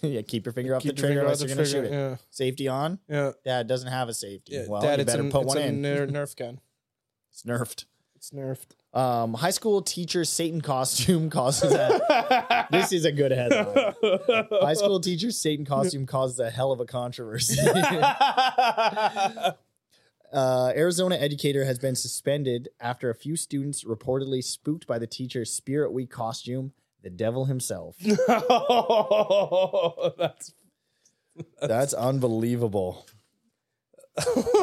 S2: yeah, keep your finger off
S1: Keep
S2: the
S1: your
S2: trigger
S1: finger out
S2: unless
S1: the
S2: you're gonna shoot
S1: trigger.
S2: it.
S1: yeah
S2: Safety on.
S1: yeah
S2: Dad doesn't have a safety.
S1: yeah
S2: well,
S1: dad
S2: you
S1: it's
S2: better
S1: an,
S2: put
S1: it's
S2: one
S1: a
S2: in.
S1: ner- Nerf gun
S2: it's nerfed.
S1: it's nerfed
S2: Um, high school teacher Satan costume causes a this is a good headline. High school teacher Satan costume causes a hell of a controversy. uh, Arizona educator has been suspended after a few students reportedly spooked by the teacher's Spirit Week costume, the devil himself.
S1: that's
S2: That's unbelievable.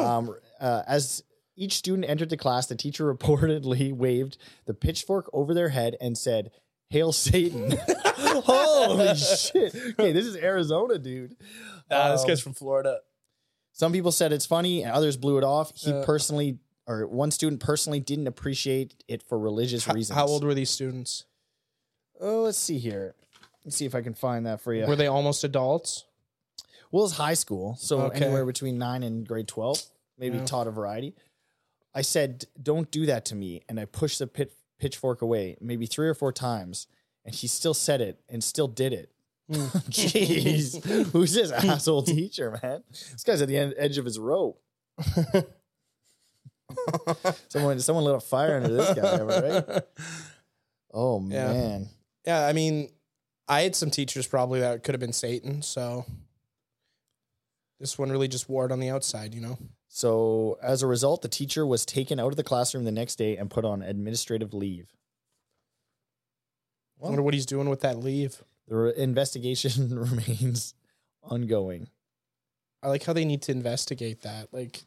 S2: um, uh, as each student entered the class, the teacher reportedly waved the pitchfork over their head and said, Hail Satan. Holy shit. Okay, this is Arizona, dude.
S1: Nah, this
S2: Um,
S1: guy's from Florida.
S2: Some people said it's funny, and others blew it off. He
S1: Uh.
S2: personally, or one student personally, didn't appreciate it for religious
S1: How,
S2: reasons.
S1: how old were these students?
S2: Oh, let's see here. Let's see if I can find that for you.
S1: Were they almost adults?
S2: Well, it's high school, so
S1: Okay.
S2: anywhere between nine and grade twelve. Maybe
S1: Yeah.
S2: taught a variety. I said, "Don't do that to me," and I pushed the pit, pitchfork away, maybe three or four times, and he still said it and still did it. Jeez, who's this asshole teacher, man? This guy's at the end, edge of his rope. someone, someone lit a fire under this guy, am I right? Oh
S1: Yeah.
S2: man,
S1: Yeah, I mean, I had some teachers probably that could have been Satan. So this one really just wore it on the outside, you know.
S2: So, as a result, the teacher was taken out of the classroom the next day and put on administrative leave.
S1: I wonder what he's doing with that leave.
S2: The re- investigation remains ongoing.
S1: I like how they need to investigate that. Like,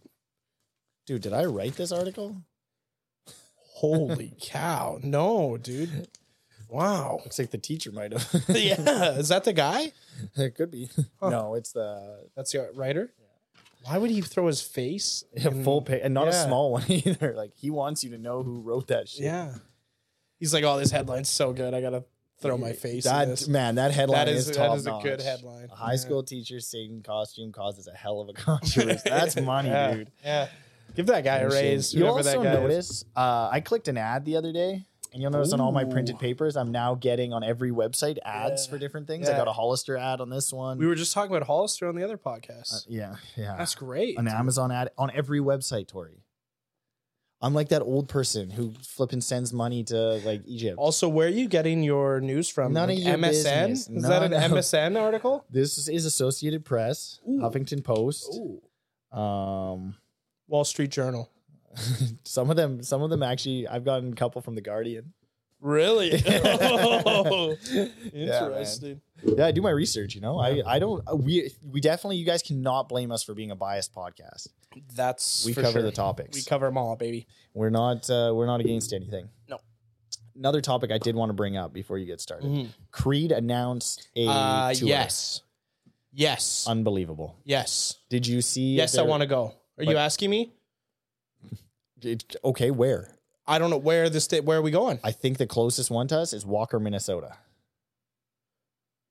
S2: Dude, did I write this article?
S1: holy cow! No, dude. Wow.
S2: Looks like the teacher might have.
S1: Yeah, is that the guy?
S2: it could be.
S1: Huh.
S2: No, it's the
S1: That's the writer. Why would he throw his face? in-
S2: full page and not a
S1: Mm, yeah.
S2: small one either. Like he wants you to know who wrote that shit.
S1: Yeah. He's like, "Oh, this headline's so good. I gotta throw my face." in
S2: That
S1: this.
S2: man, that headline
S1: That is,
S2: is
S1: that is a
S2: top-notch.
S1: good headline.
S2: A high
S1: Yeah.
S2: school teacher singing costume causes a hell of a controversy. That's money,
S1: Yeah,
S2: dude.
S1: Yeah. Give that guy a raise.
S2: You'll
S1: whoever that
S2: also
S1: guy is.
S2: notice uh, I clicked an ad the other day, and you'll notice on all my printed
S1: Ooh.
S2: papers, I'm now getting on every website ads
S1: Yeah.
S2: for different things. I
S1: Yeah.
S2: got a Hollister ad on this one.
S1: We were just talking about Hollister on the other
S2: Uh,
S1: podcast.
S2: yeah, yeah.
S1: That's great.
S2: an Amazon ad on every website, Tori. I'm like that old person who flipping sends money to like Egypt.
S1: Also, where are you getting your news from?
S2: None
S1: Like
S2: of your
S1: MSN?
S2: business.
S1: Is that an
S2: None of-
S1: MSN article?
S2: This is Associated Press,
S1: Ooh.
S2: Huffington Post.
S1: Ooh.
S2: Um,
S1: Wall Street Journal.
S2: some of them, some of them actually, I've gotten a couple from the Guardian.
S1: Really?
S2: Oh. man.
S1: Interesting.
S2: Yeah, I do my research. You know, I I don't uh, we we definitely you guys cannot blame us for being a biased podcast.
S1: That's
S2: We
S1: for
S2: cover
S1: sure.
S2: the topics.
S1: We cover them all, baby.
S2: We are not uh, we're not against anything.
S1: No. Mm-hmm.
S2: Another topic I did want to bring up before you get started. Creed announced a
S1: Uh,
S2: tour.
S1: yes. Yes.
S2: unbelievable.
S1: yes.
S2: Did you see?
S1: Yes, I want to go. Are
S2: But-
S1: you asking me?
S2: to. Okay, where?
S1: I don't know where this. Th- where are we going?
S2: I think the closest one to us is Walker, Minnesota.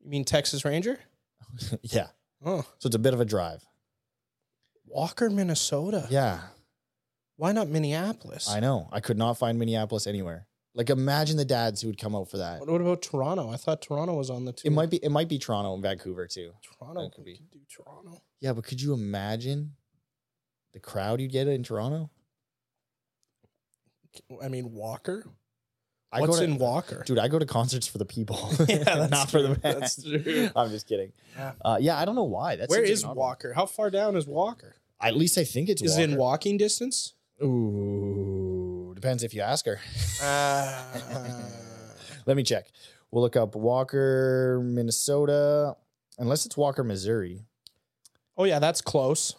S1: You mean Texas Ranger?
S2: yeah,
S1: Oh,
S2: so it's a bit of a drive.
S1: Walker, Minnesota.
S2: Yeah,
S1: Why not Minneapolis?
S2: I know. I could not find Minneapolis anywhere. Like, imagine the dads who would come out for that.
S1: What, what about Toronto? I thought Toronto was on the two.
S2: It might be. It might be Toronto and Vancouver too.
S1: Toronto.
S2: that could
S1: we
S2: be.
S1: could do Toronto.
S2: Yeah, but could you imagine the crowd you'd get in Toronto?
S1: I mean Walker.
S2: I
S1: What's
S2: go to,
S1: in Walker?
S2: Dude, I go to concerts for the people,
S1: Yeah, that's
S2: not for the
S1: true.
S2: band.
S1: That's true.
S2: I'm just kidding.
S1: Yeah.
S2: Uh, yeah, I don't know why. That's
S1: Where
S2: such a
S1: is
S2: phenomenon.
S1: Walker? How far down is Walker?
S2: At least I think it's
S1: Is it in
S2: Walker.
S1: walking distance?
S2: Ooh, depends if you ask her.
S1: Uh,
S2: Let me check. We'll look up Walker, Minnesota, unless it's Walker, Missouri.
S1: Oh yeah, that's close.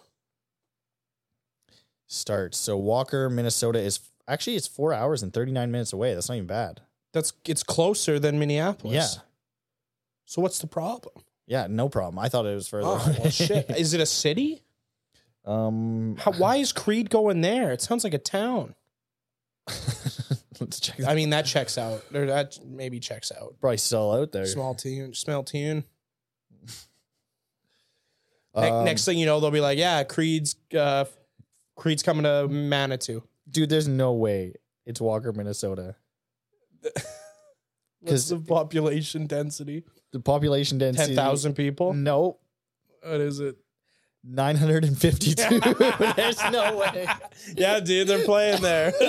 S2: Start. So Walker, Minnesota is actually it's four hours and thirty nine minutes away. That's not even bad.
S1: That's it's closer than Minneapolis.
S2: Yeah,
S1: So what's the problem?
S2: yeah, no problem. I thought it was further.
S1: Oh well,
S2: away.
S1: shit! Is it a city?
S2: um,
S1: How, why is Creed going there? It sounds like a town.
S2: let's check. That.
S1: I mean, that checks out. Or that maybe checks out.
S2: Probably still out there.
S1: Small tune, smell tune. Ne-
S2: Um,
S1: next thing you know, they'll be like, "Yeah, Creed's uh, Creed's coming to Manitou."
S2: dude, there's no way it's Walker, Minnesota.
S1: What's
S2: 'Cause-
S1: the population density?
S2: The population density
S1: Ten
S2: Mm.
S1: thousand people.
S2: Nope.
S1: What is it?
S2: 952. There's no way.
S1: yeah, dude, they're playing there.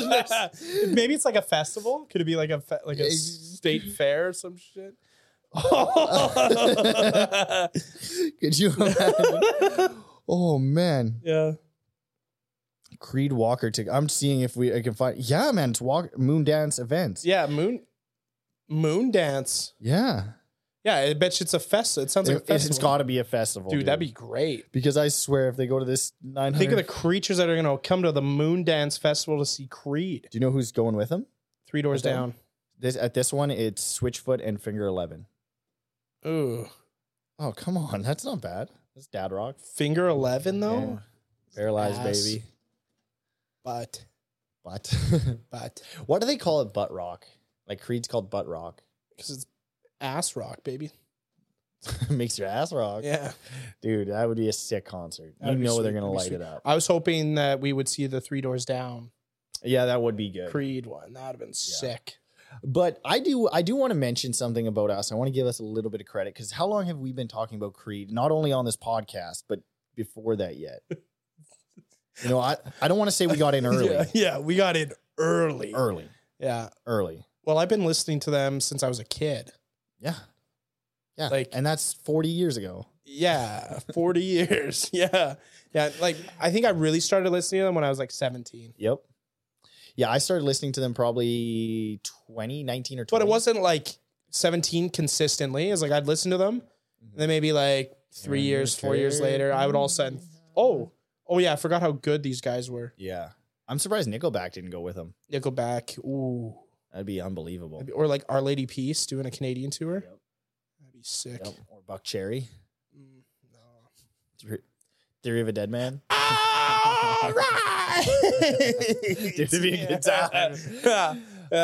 S1: Maybe it's like a festival. Could it be like a fe- like a
S2: Ex-
S1: state fair or some shit?
S2: Could you imagine? Oh man.
S1: yeah.
S2: Creed Walker ticket. I'm seeing if we I can find Yeah, man, it's walk moon dance events. Yeah.
S1: Yeah, moon moon dance. Yeah, I bet you it's a fest. It sounds like a
S2: It,
S1: festival.
S2: has gotta be a festival.
S1: dude, that'd be great.
S2: because I swear if they go to this nine
S1: Think of
S2: hundred
S1: the creatures that are going to come to the Moon Dance Festival to see Creed.
S2: Do you know who's going with them?
S1: Three doors
S2: Okay.
S1: down.
S2: This at this one it's Switchfoot and Finger Eleven.
S1: Ooh,
S2: Oh come on, that's not bad. That's dad rock.
S1: finger eleven though.
S2: Paralyzed
S1: Ass.
S2: baby.
S1: But
S2: Butt.
S1: but
S2: what do they call it? Butt rock. Like Creed's called butt rock.
S1: because it's ass rock, baby.
S2: Makes your ass rock.
S1: Yeah,
S2: Dude, that would be a sick concert.
S1: That'd
S2: you
S1: be
S2: know
S1: sweet.
S2: they're gonna
S1: That'd be
S2: light
S1: sweet.
S2: it up.
S1: I was hoping that we would see the Three Doors Down
S2: Yeah, that would be good.
S1: Creed one. That'd have been sick.
S2: But I do I do want to mention something about us. I want to give us a little bit of credit because how long have we been talking about Creed? Not only on this podcast, but before that yet. you know, I, I don't want to say we got in early.
S1: Yeah, yeah, we got in early.
S2: Early.
S1: Yeah.
S2: Early.
S1: Well, I've been listening to them since I was a kid.
S2: Yeah. Yeah.
S1: Like-
S2: and that's 40 years ago.
S1: Yeah, forty years. Yeah, yeah. Like I think I really started listening to them when I was like seventeen.
S2: Yep. Yeah, I started listening to them probably 20, 19 or 20.
S1: but it wasn't like 17 consistently. It's like I'd listen to them,
S2: Mm-hmm.
S1: and then maybe like three
S2: Mm,
S1: years, four years later, I would all of a sudden, oh, oh yeah, I forgot how good these guys were.
S2: Yeah. I'm surprised Nickelback didn't go with them.
S1: Nickelback, ooh,
S2: That'd be unbelievable.
S1: or like Our Lady Peace doing a Canadian tour.
S2: Yep.
S1: That'd be sick.
S2: Yep. Or Buck Cherry.
S1: Mm, no.
S2: Theory of a Dead Man.
S1: All right,
S2: Dude, it'd be a good time. Uh,
S1: Yeah,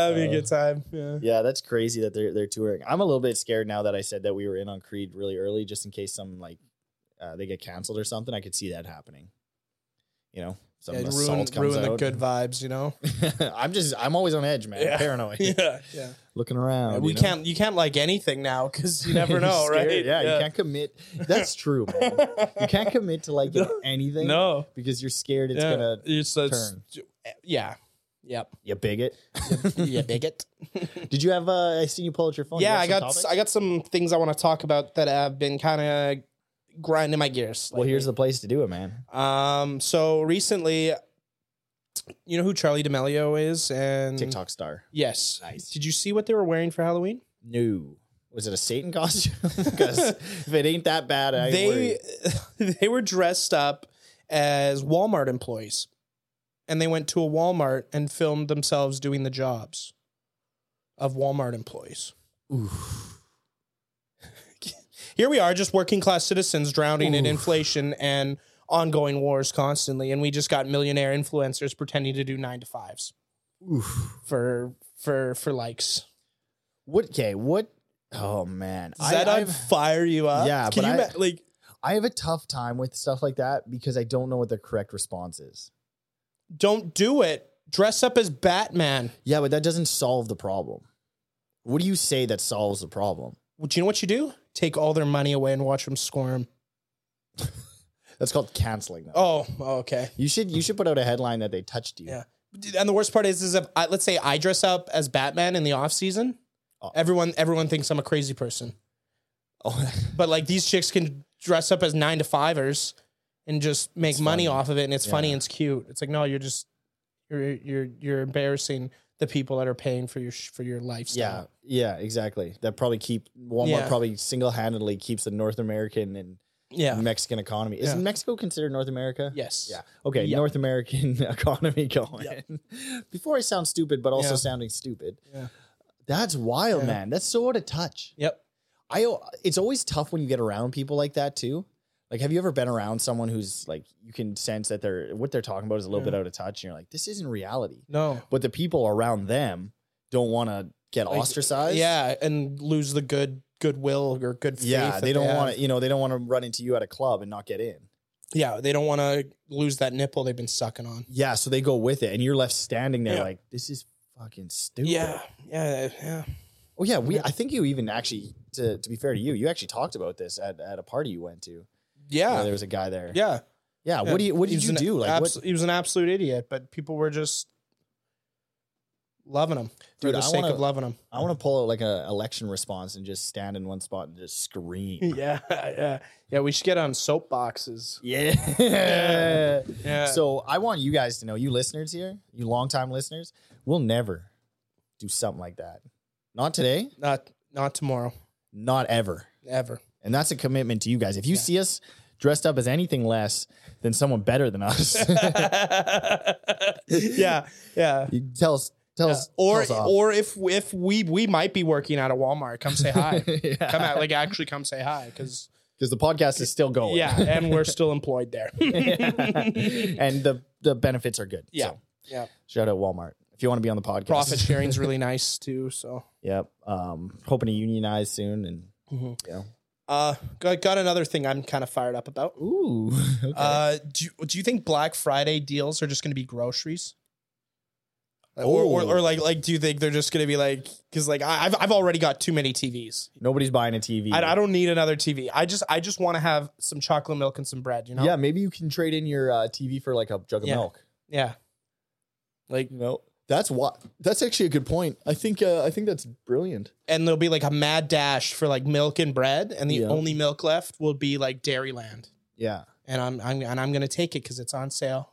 S1: that'd be a good time. Yeah.
S2: Yeah, that's crazy that they're they're touring. I'm a little bit scared now that I said that we were in on Creed really early, just in case some like uh, they get canceled or something. I could see that happening. You know, some
S1: Yeah, it'd ruin,
S2: assault comes
S1: ruin the
S2: out.
S1: good vibes, you know.
S2: I'm just I'm always on edge, man.
S1: Yeah.
S2: Paranoid.
S1: Yeah, yeah.
S2: Looking around.
S1: we
S2: you know?
S1: can't. You can't like anything now because you never
S2: You're
S1: know,
S2: scared.
S1: right?
S2: Yeah, you can't commit. That's true, man. you can't commit to like
S1: No.
S2: anything
S1: No,
S2: because you're scared it's
S1: yeah.
S2: gonna
S1: It's, it's-
S2: turn.
S1: Yeah. Yep.
S2: you bigot.
S1: you bigot.
S2: Did you have? Uh, I seen you pull out your phone. You
S1: yeah,
S2: have
S1: I
S2: some
S1: got
S2: topics?
S1: I got some things I want to talk about that have been kind of grinding my gears.
S2: well, here's the place to do it, man.
S1: the. Um. So recently, you know who Charlie D'Amelio is, and
S2: TikTok star.
S1: Yes.
S2: Nice.
S1: Did you see what they were wearing for Halloween?
S2: No. Was it a Satan costume? Because if it ain't that bad, I
S1: they
S2: worry.
S1: they were dressed up as Walmart employees, and they went to a Walmart and filmed themselves doing the jobs of Walmart employees. Here we are, just working class citizens drowning in
S2: Oof.
S1: inflation and ongoing wars constantly, and we just got millionaire influencers pretending to do nine to fives for for for likes.
S2: What? Okay. What? Oh man,
S1: Does that on
S2: I've-
S1: fire you up?
S2: Yeah,
S1: Can
S2: but
S1: you
S2: I-
S1: ma- like
S2: I have a tough time with stuff like that because I don't know what the correct response is.
S1: don't do it. Dress up as Batman.
S2: Yeah, but that doesn't solve the problem. What do you say that solves the problem?
S1: Well, do you know what you do? Take all their money away and watch them squirm.
S2: That's called canceling. Them.
S1: Oh, okay.
S2: You should you should put out a headline that they touched you.
S1: Yeah. And the worst part is, is if I, let's say I dress up as Batman in the off season,
S2: Oh.
S1: everyone everyone thinks I'm a crazy person.
S2: Oh,
S1: But like these chicks can dress up as nine to fivers and just make money
S2: funny.
S1: off of it, and it's funny
S2: Yeah.
S1: and it's cute. It's like no, you're just you're you're you're embarrassing the people that are paying for your sh- for your lifestyle.
S2: Yeah, yeah, exactly. That probably keep Walmart
S1: Yeah.
S2: probably single handedly keeps the North American and
S1: Yeah.
S2: Mexican economy. Isn't
S1: Yeah.
S2: Mexico considered North America?
S1: Yes.
S2: Mm. Yeah. Okay.
S1: Yep.
S2: North American economy going. Before I sound stupid, but also
S1: Yeah.
S2: sounding stupid.
S1: Yeah.
S2: That's wild,
S1: Yeah.
S2: man. That's so out of touch.
S1: Yep.
S2: I. It's always tough when you get around people like that too. Like, have you ever been around someone who's like you can sense that they're what they're talking about is a little
S1: Yeah.
S2: bit out of touch, and you're like, this isn't reality.
S1: No.
S2: But the people around them don't want to get
S1: Like,
S2: ostracized.
S1: Yeah, and lose the good goodwill or good faith.
S2: Yeah,
S1: that
S2: they don't want
S1: have.
S2: to, you know, they don't want to run into you at a club and not get in.
S1: Yeah, they don't want to lose that nipple they've been sucking on.
S2: Yeah, so they go with it, and you're left standing there
S1: Yeah.
S2: like, this is fucking stupid.
S1: Yeah. Yeah. Yeah.
S2: Oh yeah, we. I think you even actually, to, to be fair to you, you actually talked about this at, at a party you went to. where
S1: Yeah.
S2: there was a guy there.
S1: Yeah.
S2: Yeah.
S1: Yeah.
S2: What do you What
S1: He
S2: did
S1: was
S2: you
S1: an
S2: do? Like,
S1: abs-
S2: what,
S1: he was an absolute idiot, but people were just loving him for
S2: Dude,
S1: the
S2: I
S1: sake
S2: wanna-
S1: of loving him.
S2: I want to pull out like a election response and just stand in one spot and just scream.
S1: yeah, yeah, yeah. We should get on soapboxes.
S2: Yeah.
S1: Yeah.
S2: So I want you guys to know, you listeners here, you longtime listeners, we'll never do something like that. Not today.
S1: not not tomorrow,
S2: Not ever.
S1: ever.
S2: And that's a commitment to you guys. If you
S1: Yeah.
S2: see us dressed up as anything less than someone better than us,
S1: yeah, yeah.
S2: you tell us. Tell us.
S1: Or
S2: tell us off.
S1: or if if we we might be working out of Walmart, come say hi.
S2: Yeah.
S1: come out, like actually come say hi, because
S2: because the podcast is still going.
S1: yeah, and we're still employed there.
S2: and the the benefits are good.
S1: Yeah.
S2: So,
S1: yeah,
S2: shout out Walmart if you want to be on the podcast.
S1: profit sharing's really nice too. So.
S2: Yep. Um, hoping to unionize soon and
S1: Mhm.
S2: yeah.
S1: Uh, got, got another thing I'm kind of fired up about.
S2: Ooh. Okay.
S1: Uh, do you, do you think Black Friday deals are just going to be groceries? Like, Or,
S2: Ooh.
S1: or, or like like do you think they're just going to be like because like I, I've I've already got too many TVs.
S2: Nobody's buying a TV.
S1: I, I don't need another TV. I just I just want to have some chocolate milk and some bread. You know.
S2: Yeah, maybe you can trade in your uh, TV for like a jug of
S1: Yeah.
S2: milk.
S1: Yeah. Like
S2: You know, that's what. That's actually a good point. I think. Uh, I think that's brilliant.
S1: and there'll be like a mad dash for like milk and bread, and the
S2: Yeah.
S1: only milk left will be like Dairyland,
S2: Yeah.
S1: and I'm I'm and I'm gonna take it because it's on sale,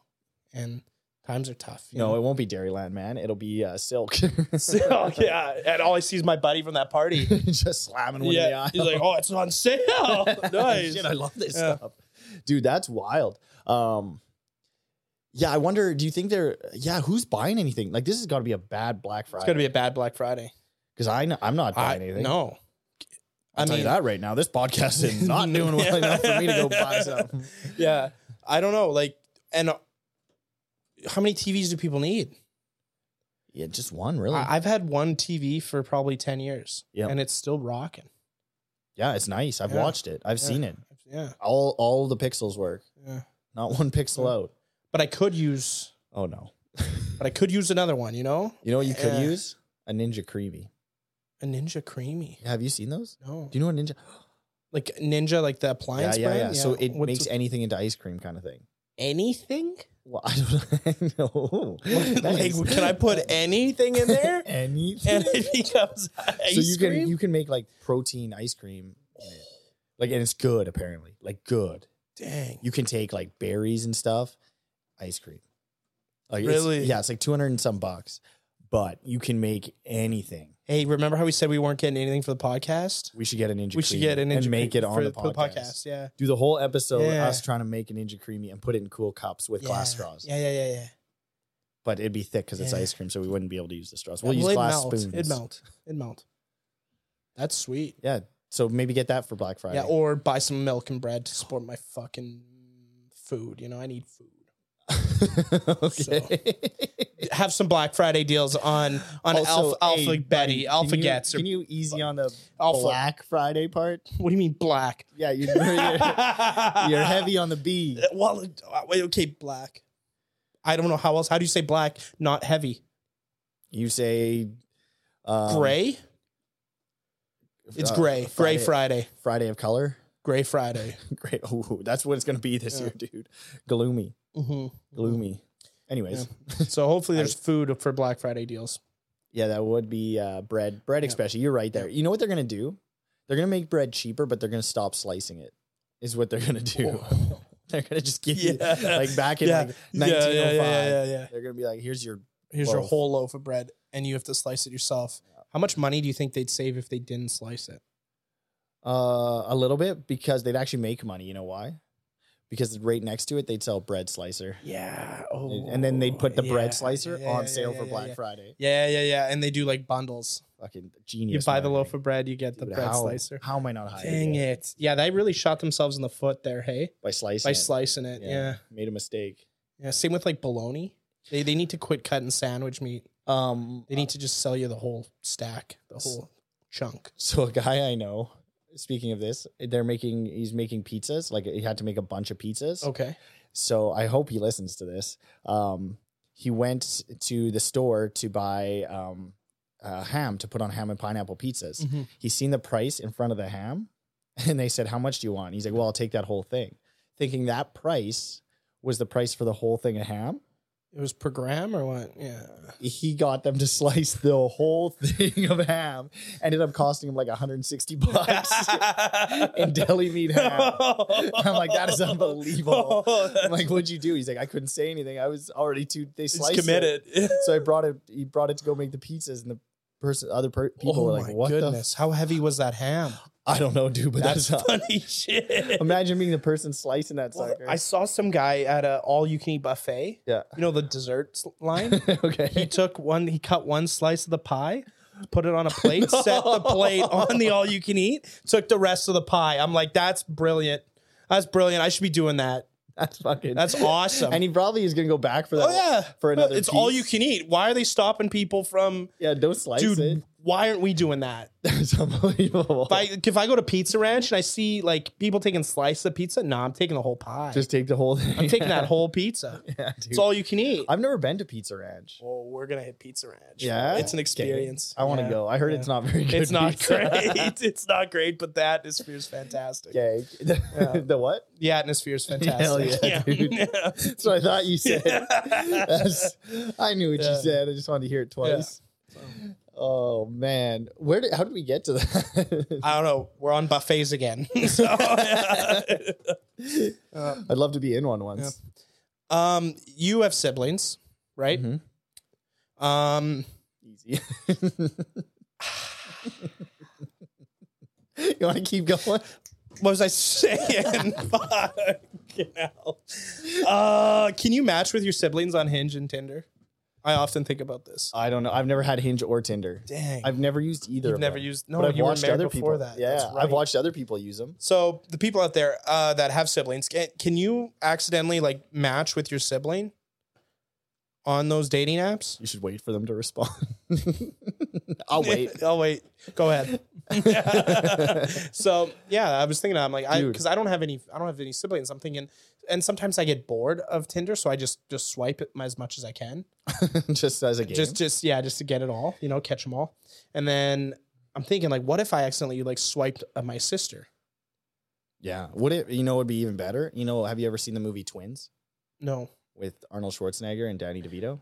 S1: and times are tough. you
S2: No,
S1: know?
S2: it won't be Dairyland, man. It'll be uh, Silk.
S1: So, yeah, and all I see is my buddy from that party.
S2: Just slamming one in the eye.
S1: he's like, "Oh, it's on sale! nice."
S2: uh, Shit, I love this
S1: Yeah.
S2: stuff. Dude, that's wild. Um Yeah, I wonder, do you think they're yeah, who's buying anything? Like this has got to be a bad Black
S1: it's gonna
S2: Friday.
S1: be a bad Black Friday.
S2: Because I kn- I'm not
S1: I
S2: buying anything.
S1: no.
S2: I'll
S1: I
S2: tell you
S1: mean,
S2: that right now. This podcast is not doing well
S1: Yeah.
S2: enough for me to go buy something.
S1: yeah, I don't know. Like, and uh, how many TVs do people need?
S2: Yeah, just one really.
S1: I, I've had one TV for probably ten years,
S2: Yeah.
S1: and it's still rocking.
S2: yeah, it's nice. I've
S1: Yeah.
S2: watched it. I've
S1: Yeah.
S2: seen it.
S1: Yeah,
S2: All all the pixels work.
S1: yeah.
S2: Not one pixel
S1: Yeah.
S2: out.
S1: But I could use,
S2: Oh no.
S1: but I could use another one. You know,
S2: You know what you could
S1: Yeah.
S2: use? A Ninja Creamy.
S1: a Ninja Creamy.
S2: Have you seen those?
S1: No,
S2: Do you know what Ninja?
S1: like Ninja, like the appliance.
S2: yeah, yeah, yeah.
S1: brand?
S2: So it
S1: What's-
S2: makes anything into ice cream kind of thing.
S1: anything.
S2: Well, I don't know.
S1: like, can I put anything in there?
S2: anything?
S1: and it becomes ice
S2: so you
S1: cream.
S2: can you can make like protein ice cream, in it. like and it's good apparently, like good.
S1: Dang.
S2: You can take like berries and stuff, ice cream. Like it's-
S1: Really?
S2: yeah, it's like two hundred and some bucks, but you can make anything.
S1: Hey, remember how we said we weren't getting anything for the podcast?
S2: We should get a ninja.
S1: we should
S2: Creamy
S1: get an
S2: and
S1: intro
S2: make it on
S1: for
S2: the podcast.
S1: Yeah.
S2: Do the whole episode
S1: Yeah.
S2: us trying to make a ninja creamy and put it in cool cups with glass straws.
S1: Yeah, yeah, yeah, yeah.
S2: But it'd be thick because it's
S1: Yeah.
S2: ice cream, so we wouldn't be able to use the straws. We'll
S1: Yeah,
S2: use
S1: it'd
S2: glass
S1: melt.
S2: spoons.
S1: It'd melt. It'd melt. That's sweet.
S2: Yeah. So maybe get that for Black Friday.
S1: Yeah, or buy some milk and bread to support my fucking food. You know, I need food.
S2: okay.
S1: Have some Black Friday deals on on Alpha, Alpha Betty, Alpha Gets.
S2: Can you easy on the
S1: Alpha-
S2: Black Friday part?
S1: what do you mean black?
S2: Yeah, you're, you're, you're heavy on the B.
S1: Well, uh, wait, okay, black. I don't know how else. How do you say black? Not heavy.
S2: You say um,
S1: Gray. It's
S2: uh,
S1: gray. Gray Friday.
S2: Friday of color.
S1: Gray Friday.
S2: Great. Ooh, that's what it's going to be this
S1: Yeah.
S2: year, dude. Gloomy, gloomy. Anyways,
S1: Mm-hmm. So hopefully there's food for Black Friday deals.
S2: Yeah, that would be uh, bread. Bread,
S1: Yeah.
S2: especially. You're right there. You know what they're gonna do? They're gonna make bread cheaper, but they're gonna stop slicing it. Is what they're gonna do. they're gonna just give you
S1: Yeah.
S2: like back in
S1: Yeah.
S2: like 1905.
S1: yeah.
S2: They're gonna be like, "Here's your
S1: Here's your
S2: Loaf.
S1: whole loaf of bread, and you have to slice it yourself. How much money do you think they'd save if they didn't slice it?
S2: Uh, a little bit because they'd actually make money. You know why? Because right next to it, they'd sell bread slicer,
S1: Yeah. Oh.
S2: and then they'd put the
S1: yeah,
S2: bread slicer
S1: yeah,
S2: on
S1: yeah,
S2: sale
S1: yeah,
S2: for
S1: yeah,
S2: Black
S1: yeah.
S2: Friday.
S1: Yeah, yeah, yeah. And they do like bundles.
S2: Fucking
S1: You
S2: genius!
S1: buy the loaf
S2: marketing.
S1: of bread, you get the
S2: Dude,
S1: bread
S2: how-
S1: slicer.
S2: How am I not high?
S1: Dang
S2: today?
S1: it! Yeah, they really shot themselves in the foot there. Hey,
S2: By slicing.
S1: by
S2: it.
S1: slicing it. yeah.
S2: Made a mistake.
S1: Yeah, same with like bologna. They they need to quit cutting sandwich meat.
S2: Um,
S1: They need to just sell you the whole stack, the whole chunk.
S2: So a guy I know, speaking of this, they're making he's making pizzas. Like he had to make a bunch of pizzas.
S1: Okay.
S2: So I hope he listens to this. Um, he went to the store to buy um, uh, ham to put on ham and pineapple pizzas.
S1: Mhm.
S2: He's seen the price in front of the ham, and they said, "How much do you want?" He's like, "Well, I'll take that whole thing," thinking that price was the price for the whole thing of ham.
S1: It was per gram or what? Yeah.
S2: He got them to slice the whole thing of ham. Ended up costing him like 160 bucks. and deli meat ham. I'm like, that is unbelievable. I'm like, what'd you do? He's like, I couldn't say anything. I was already too. They
S1: it's
S2: sliced it.
S1: committed.
S2: So I brought it. He brought it to go make the pizzas, and the person, other per- people
S1: oh
S2: were like,
S1: my
S2: "What the? F-
S1: goodness! How heavy was that ham?
S2: I don't know, dude." But that's, not-
S1: funny shit.
S2: imagine being the person slicing that
S1: Well,
S2: sucker.
S1: I saw some guy at a all you can eat buffet.
S2: yeah.
S1: You know the desserts line. he
S2: okay.
S1: took one he cut one slice of the pie put it on a plate set the plate on the all you can eat took the rest of the pie i'm like that's brilliant that's brilliant i should be doing that
S2: That's fucking.
S1: that's awesome
S2: And he probably is gonna go back for that.
S1: oh yeah
S2: For another.
S1: it's all
S2: piece.
S1: you can eat why are they stopping people from
S2: Yeah. Don't slice
S1: dude
S2: it.
S1: why aren't we doing that
S2: That's unbelievable.
S1: if I, if I go to pizza ranch and i see like people taking slice of pizza no i'm taking the whole pie
S2: Just take the whole thing.
S1: i'm taking that whole pizza
S2: Yeah,
S1: it's
S2: dude.
S1: all you can eat
S2: I've never been to Pizza Ranch.
S1: oh we're gonna hit pizza ranch
S2: Yeah?
S1: it's an
S2: Okay.
S1: experience
S2: I want to
S1: Yeah.
S2: go. I heard
S1: Yeah.
S2: it's not very good.
S1: It's not
S2: pizza.
S1: great. It's not great, but the atmosphere is fantastic.
S2: Okay. The,
S1: Yeah.
S2: the what?
S1: The atmosphere is fantastic.
S2: Hell yeah, dude. That's what I thought you said. That's- I knew what
S1: Yeah.
S2: you said. I just wanted to hear it twice. Oh man, where did how did we get to that?
S1: I don't know. We're on buffets again. So, Uh,
S2: I'd love to be in one once.
S1: um, you have siblings, right?
S2: Mhm.
S1: Um,
S2: Easy. you want to keep going?
S1: what was I saying? Fucking hell. Uh, can you match with your siblings on Hinge and Tinder? I often think about this.
S2: I don't know. I've never had Hinge or Tinder.
S1: Dang,
S2: I've never used either.
S1: you've
S2: of
S1: never
S2: them.
S1: used.
S2: But
S1: No,
S2: I've
S1: you were
S2: watched
S1: married
S2: other
S1: before
S2: people.
S1: that. That's
S2: Yeah, I've
S1: right.
S2: watched other people use them.
S1: So the people out there uh, that have siblings, can, can you accidentally like match with your sibling on those dating apps?
S2: You should wait for them to respond. I'll wait.
S1: I'll wait. Go ahead. so yeah, I was thinking. I'm like, I
S2: Dude.
S1: because I don't have any. I don't have any siblings. I'm thinking, and sometimes I get bored of Tinder, so I just just swipe it as much as I can.
S2: just as a game.
S1: Just just yeah, just to get it all. You know, catch them all. And then I'm thinking like, what if I accidentally like swiped at my sister?
S2: Yeah. Would it, you know, would be even better? You know, have you ever seen the movie Twins
S1: No,
S2: with Arnold Schwarzenegger and Danny DeVito?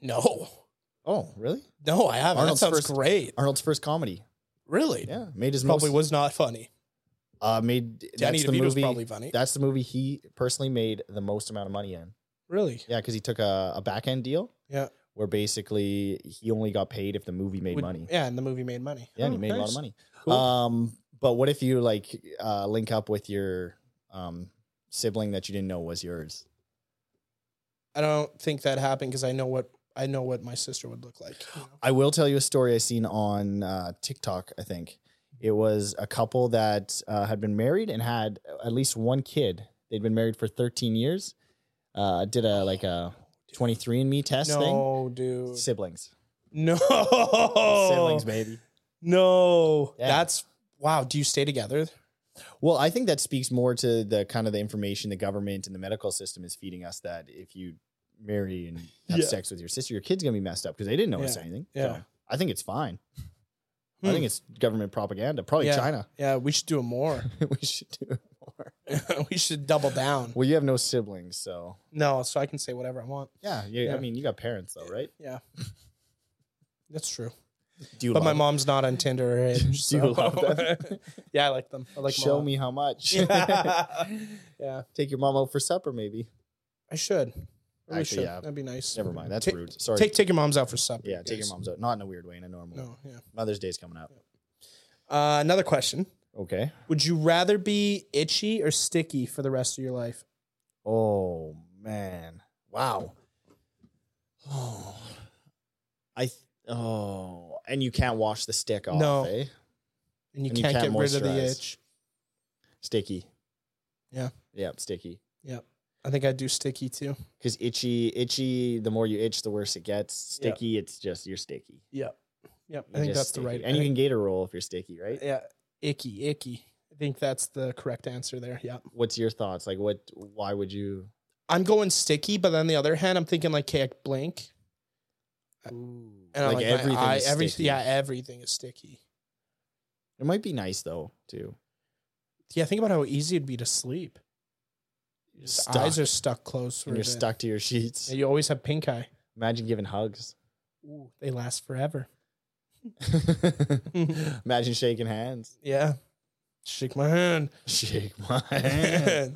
S1: no,
S2: Oh, really?
S1: no. I haven't.
S2: Arnold's
S1: that sounds
S2: first-
S1: great.
S2: Arnold's first comedy.
S1: Really?
S2: Yeah. Made his
S1: probably
S2: most,
S1: was not funny.
S2: uh, made,
S1: Danny
S2: that's the
S1: DeVito's
S2: movie.
S1: probably funny.
S2: That's the movie he personally made the most amount of money in.
S1: really?
S2: Yeah. Cause he took a, a back end deal.
S1: Yeah.
S2: Where basically he only got paid if the movie made
S1: Would-
S2: money.
S1: Yeah, and the movie made money.
S2: Yeah. And he
S1: Oh,
S2: made a lot
S1: nice.
S2: of money.
S1: Cool.
S2: Um, but what if you like uh, link up with your um, sibling that you didn't know was yours?
S1: I don't think that happened because I know what I know what my sister would look like. you know?
S2: I will tell you a story I seen on uh, TikTok. I think it was a couple that uh, had been married and had at least one kid. They'd been married for 13 years. Uh, did a like a 23andMe test
S1: Oh, No,
S2: thing.
S1: dude.
S2: Siblings,
S1: No. Oh.
S2: siblings, baby.
S1: No.
S2: Yeah.
S1: That's wow. Do you stay together?
S2: Well, I think that speaks more to the kind of the information the government and the medical system is feeding us that if you marry and have
S1: Yeah.
S2: sex with your sister, your kid's gonna be messed up because they didn't notice
S1: Yeah.
S2: anything.
S1: Yeah.
S2: So I think it's fine. I
S1: Hmm.
S2: think it's government propaganda. Probably
S1: Yeah.
S2: China.
S1: Yeah, we should do it more.
S2: we should do it more.
S1: we should double down.
S2: Well, you have no siblings, so
S1: No, so I can say whatever I want.
S2: yeah. You,
S1: Yeah.
S2: I mean, you got parents though, right?
S1: That's true.
S2: Do you?
S1: But my
S2: love
S1: mom's not on Tinder or Hinge.
S2: Do you
S1: so-
S2: love them?
S1: yeah, I like them. I
S2: them?
S1: like them a
S2: show
S1: lot.
S2: me how much.
S1: yeah.
S2: Take your mom out for supper, maybe.
S1: I should. Really
S2: Actually,
S1: should.
S2: yeah.
S1: That'd be nice.
S2: Never mind. That's
S1: Take-
S2: rude. Sorry.
S1: Take take your mom's out for supper.
S2: yeah, take your
S1: guys.
S2: mom's out. Not in a weird way, in a normal. way.
S1: No, yeah.
S2: Mother's Day's coming up.
S1: Uh, another question:
S2: Okay.
S1: Would you rather be itchy or sticky for the rest of your life?
S2: Oh man. Wow. Oh. I th- oh, and you can't wash the stick off,
S1: No.
S2: eh?
S1: And you,
S2: And you
S1: can't,
S2: can't
S1: get rid of the
S2: moisturize.
S1: itch.
S2: Sticky.
S1: Yeah.
S2: Yep, sticky.
S1: I think I do sticky too.
S2: Cuz itchy, itchy, the more you itch the worse it gets.
S1: Yeah.
S2: Sticky, it's just you're sticky.
S1: Yep. Yep. I
S2: You're
S1: think
S2: just
S1: that's the
S2: sticky.
S1: right.
S2: And
S1: I
S2: you can gator roll if you're sticky, right?
S1: think- yeah. Icky, icky. I think that's the correct answer there. Yeah.
S2: What's your thoughts? Like what why would you
S1: I'm going sticky, but on the other hand, I'm thinking like Kayak Blink. And I'm
S2: like,
S1: like,
S2: everything
S1: my eye,
S2: is
S1: every,
S2: sticky.
S1: yeah, everything is sticky.
S2: It might be nice though, too.
S1: Yeah, think about how easy it'd be to sleep.
S2: You're
S1: Just
S2: stuck.
S1: eyes are stuck close. for
S2: and
S1: a
S2: you're
S1: bit.
S2: stuck to your sheets.
S1: Yeah, you always have pink eye.
S2: Imagine giving hugs.
S1: Ooh, they last forever.
S2: Imagine shaking hands.
S1: Yeah. Shake my hand.
S2: Shake my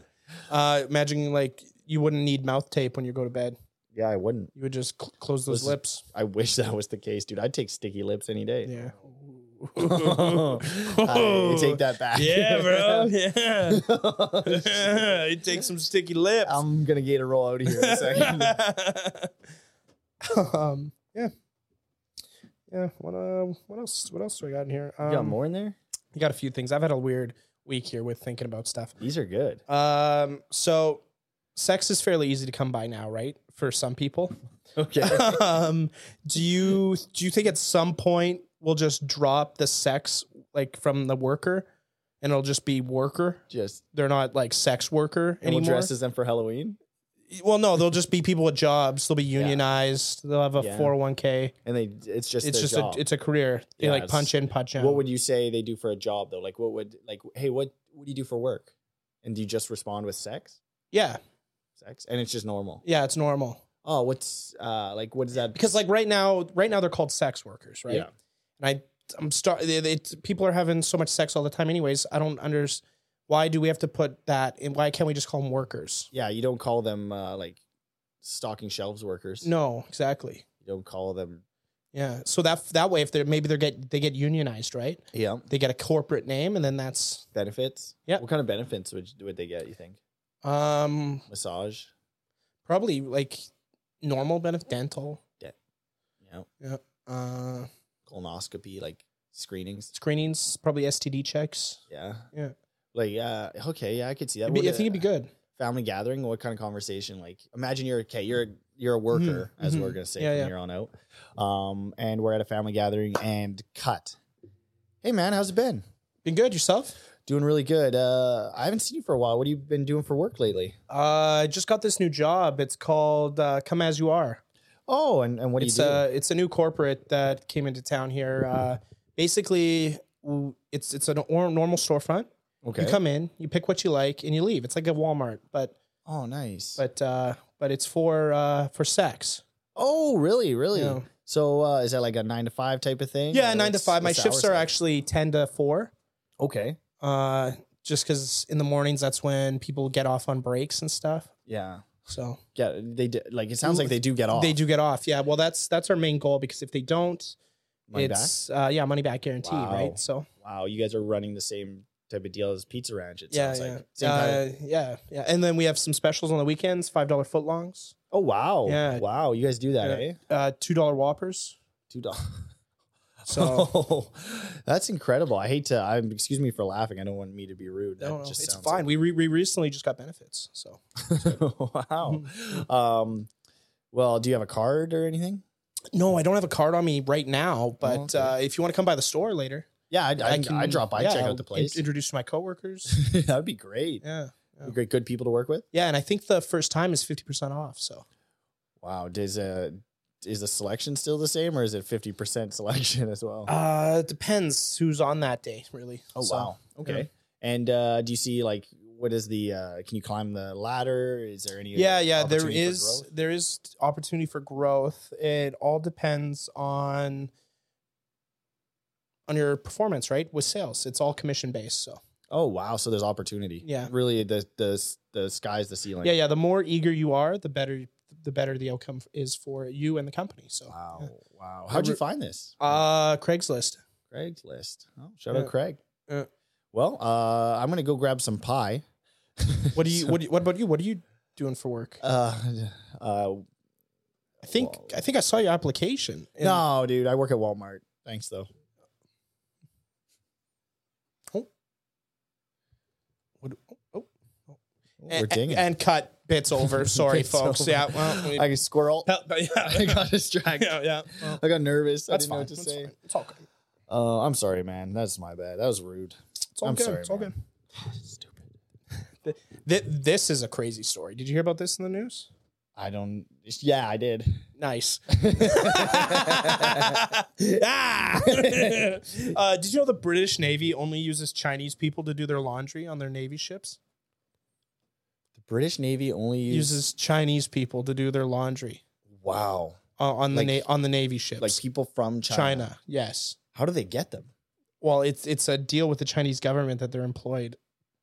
S1: uh, imagine like you wouldn't need mouth tape when you go to bed.
S2: yeah, I wouldn't.
S1: You would just cl- close those
S2: Listen.
S1: lips.
S2: I wish that was the case, dude. I'd take sticky lips any day.
S1: Yeah.
S2: I take that back.
S1: Yeah, bro. Yeah.
S2: bro.
S1: you take some sticky lips.
S2: I'm gonna get a roll out of here in a second.
S1: um, yeah. Yeah. What, uh, what else? What else do I got in here? Um,
S2: you got more in there?
S1: I got a few things. I've had a weird week here with thinking about stuff.
S2: These are good.
S1: Um, so sex is fairly easy to come by now, right? For some people.
S2: Okay.
S1: um, do you do you think at some point we'll just drop the sex like from the worker, and it'll just be worker?
S2: Just
S1: They're not like sex worker
S2: and we'll
S1: anymore.
S2: dress as them for Halloween,
S1: well, no, they'll just be people with jobs. They'll be unionized. They'll have a
S2: Yeah.
S1: four hundred one k.
S2: and they it's just
S1: It's
S2: their
S1: just
S2: job.
S1: a it's a career. They
S2: Yeah,
S1: like
S2: it's-
S1: punch in, punch out.
S2: what would you say they do for a job though? Like what would like hey what what do you do for work? And do you just respond with sex?
S1: yeah,
S2: Sex and it's just normal.
S1: yeah, it's normal
S2: Oh, what's uh like what is that?
S1: because like right now, right now they're called sex workers, right?
S2: Yeah.
S1: and I I'm start they, they, people are having so much sex all the time anyways. I don't understand why do we have to put that and why can't we just call them workers?
S2: Yeah, you don't call them uh, like stocking shelves workers.
S1: No, exactly.
S2: You don't call them.
S1: Yeah. So that that way if they're maybe they're get they get unionized, right?
S2: Yeah.
S1: They get a corporate name and then that's
S2: Benefits.
S1: Yeah.
S2: What kind of benefits would would they get? You think
S1: um
S2: massage?
S1: probably like normal benefit dental
S2: Yeah.
S1: uh
S2: Colonoscopy, like screenings.
S1: screenings, probably STD checks.
S2: Yeah.
S1: Yeah.
S2: Like uh, okay, yeah, I could see that.
S1: It'd be-
S2: What,
S1: I think it'd be
S2: uh,
S1: good.
S2: Family gathering. What kind of conversation? Like imagine you're okay. You're you're a worker, as
S1: mhm.
S2: we're gonna say
S1: Yeah,
S2: from
S1: yeah.
S2: here on out. Um, and we're at a family gathering and cut. Hey man, how's it been?
S1: Been good yourself?
S2: Doing really good. Uh, I haven't seen you for a while. What have you been doing for work lately?
S1: Uh I just got this new job. It's called uh, Come As You Are.
S2: Oh, and, and what do
S1: it's uh,
S2: you do?
S1: a it's a new corporate that came into town here. Uh, basically, w- it's it's a nor- normal storefront.
S2: okay.
S1: You come in, you pick what you like, and you leave. It's like a Walmart, but
S2: oh, nice.
S1: but uh, but it's for uh, for sex.
S2: oh, really, really.
S1: Yeah.
S2: So uh, is that like a nine to five type of thing?
S1: Yeah,
S2: Or
S1: nine to
S2: what's-
S1: five. My
S2: what's the
S1: shifts
S2: hours
S1: are
S2: like?
S1: actually ten to four.
S2: okay.
S1: Uh, just because in the mornings that's when people get off on breaks and stuff.
S2: Yeah.
S1: So
S2: Yeah. They do, like it sounds like they do get off.
S1: they do get off. Yeah. Well, that's that's our main goal because if they don't,
S2: Money back?
S1: it's uh, yeah money back guarantee,
S2: Wow.
S1: right? So
S2: Wow, you guys are running the same type of deal as Pizza Ranch. It
S1: yeah,
S2: sounds
S1: yeah,
S2: like. Same kind
S1: uh,
S2: of-
S1: yeah, yeah. And then we have some specials on the weekends: five dollar footlongs,
S2: oh wow.
S1: yeah.
S2: Wow, you guys do that,
S1: Yeah.
S2: eh?
S1: uh, two dollar whoppers.
S2: Two dollars.
S1: So
S2: that's incredible. I hate to. I'm excuse me for laughing. I don't want me to be rude. That
S1: no, no,
S2: just
S1: it's
S2: sounds
S1: fine. We re- we recently just got benefits. So
S2: wow. Um, well, do you have a card or anything?
S1: no, I don't have a card on me right now. But
S2: Oh, okay.
S1: uh, if you want to come by the store later,
S2: Yeah, I, I, I, drop by,
S1: yeah,
S2: check
S1: I'll
S2: out the place.
S1: in- introduce to my coworkers.
S2: That'd be great.
S1: yeah,
S2: Great, good people to work with.
S1: yeah. And I think the first time is fifty percent off. So
S2: Wow, does uh, is the selection still the same, or is it fifty percent selection as well?
S1: uh, it depends who's on that day, really. So,
S2: Oh, okay. And uh, do you see like what is the? Uh, can you climb the ladder? Is there any?
S1: yeah yeah there
S2: opportunity for
S1: is
S2: growth?
S1: there is opportunity for growth it all depends on on your performance right with sales it's all commission based so
S2: Oh wow, so there's opportunity.
S1: Yeah.
S2: really, the the the sky's the ceiling.
S1: yeah yeah the more eager you are the better the better the outcome is for you and the company. So,
S2: Wow. Wow. How'd you find this?
S1: uh, Craigslist.
S2: Craigslist. Oh, shout out
S1: Yeah.
S2: Craig.
S1: Yeah.
S2: Well, uh, I'm gonna go grab some pie.
S1: What do you? what, do you- what about you? What are you doing for work?
S2: Uh, uh,
S1: I think
S2: Whoa.
S1: I think I saw your application. in-
S2: no, dude, I work at Walmart. Thanks though.
S1: Oh. What- oh,
S2: We're
S1: and,
S2: dinging.
S1: and, cut bits over. Sorry,
S2: It's
S1: folks.
S2: over.
S1: Yeah. Well, we,
S2: I can squirrel.
S1: but
S2: I
S1: yeah.
S2: got distracted.
S1: yeah. Yeah. well,
S2: I got nervous.
S1: that's fine.
S2: I didn't know what to
S1: that's
S2: say.
S1: fine. It's all good.
S2: Uh, I'm sorry, man. That's my bad. That was rude.
S1: It's all
S2: I'm
S1: good.
S2: sorry,
S1: it's all
S2: man.
S1: good. Th- this is a crazy story. Did you hear about this in the news?
S2: I don't. Yeah, I did.
S1: Nice. ah! uh, did you know the British Navy only uses Chinese people to do their laundry on their Navy ships?
S2: The British Navy only uses.
S1: Uses Chinese people to do their laundry
S2: wow.
S1: uh, on the
S2: Like-
S1: na- on the Navy ships.
S2: Like people from China.
S1: China. yes.
S2: How do they get them?
S1: Well, it's it's a deal with the Chinese government that they're employed.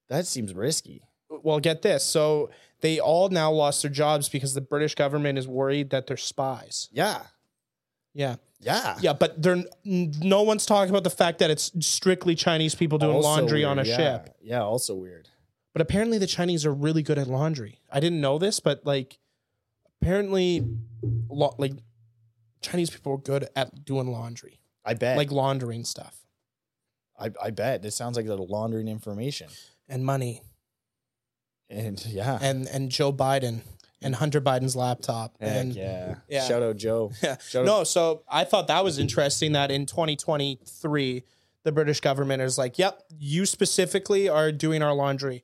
S2: That seems risky.
S1: Well, get this. So they all now lost their jobs because the British government is worried that they're spies.
S2: Yeah.
S1: Yeah.
S2: Yeah.
S1: Yeah, but they're n- no one's talking about the fact that it's strictly Chinese people doing
S2: Also
S1: laundry on a
S2: weird, yeah.
S1: ship.
S2: Yeah. Also weird.
S1: But apparently the Chinese are really good at laundry. I didn't know this, but like apparently lo- like Chinese people are good at doing laundry.
S2: I bet.
S1: Like laundering stuff
S2: I, I bet this sounds like they're laundering information.
S1: and money
S2: And yeah.
S1: and and Joe Biden and Hunter Biden's laptop
S2: Heck
S1: and
S2: yeah.
S1: yeah.
S2: Shout out Joe.
S1: Yeah.
S2: Shout out-
S1: No, so I thought that was interesting that in 2023, the British government is like, yep, you specifically are doing our laundry.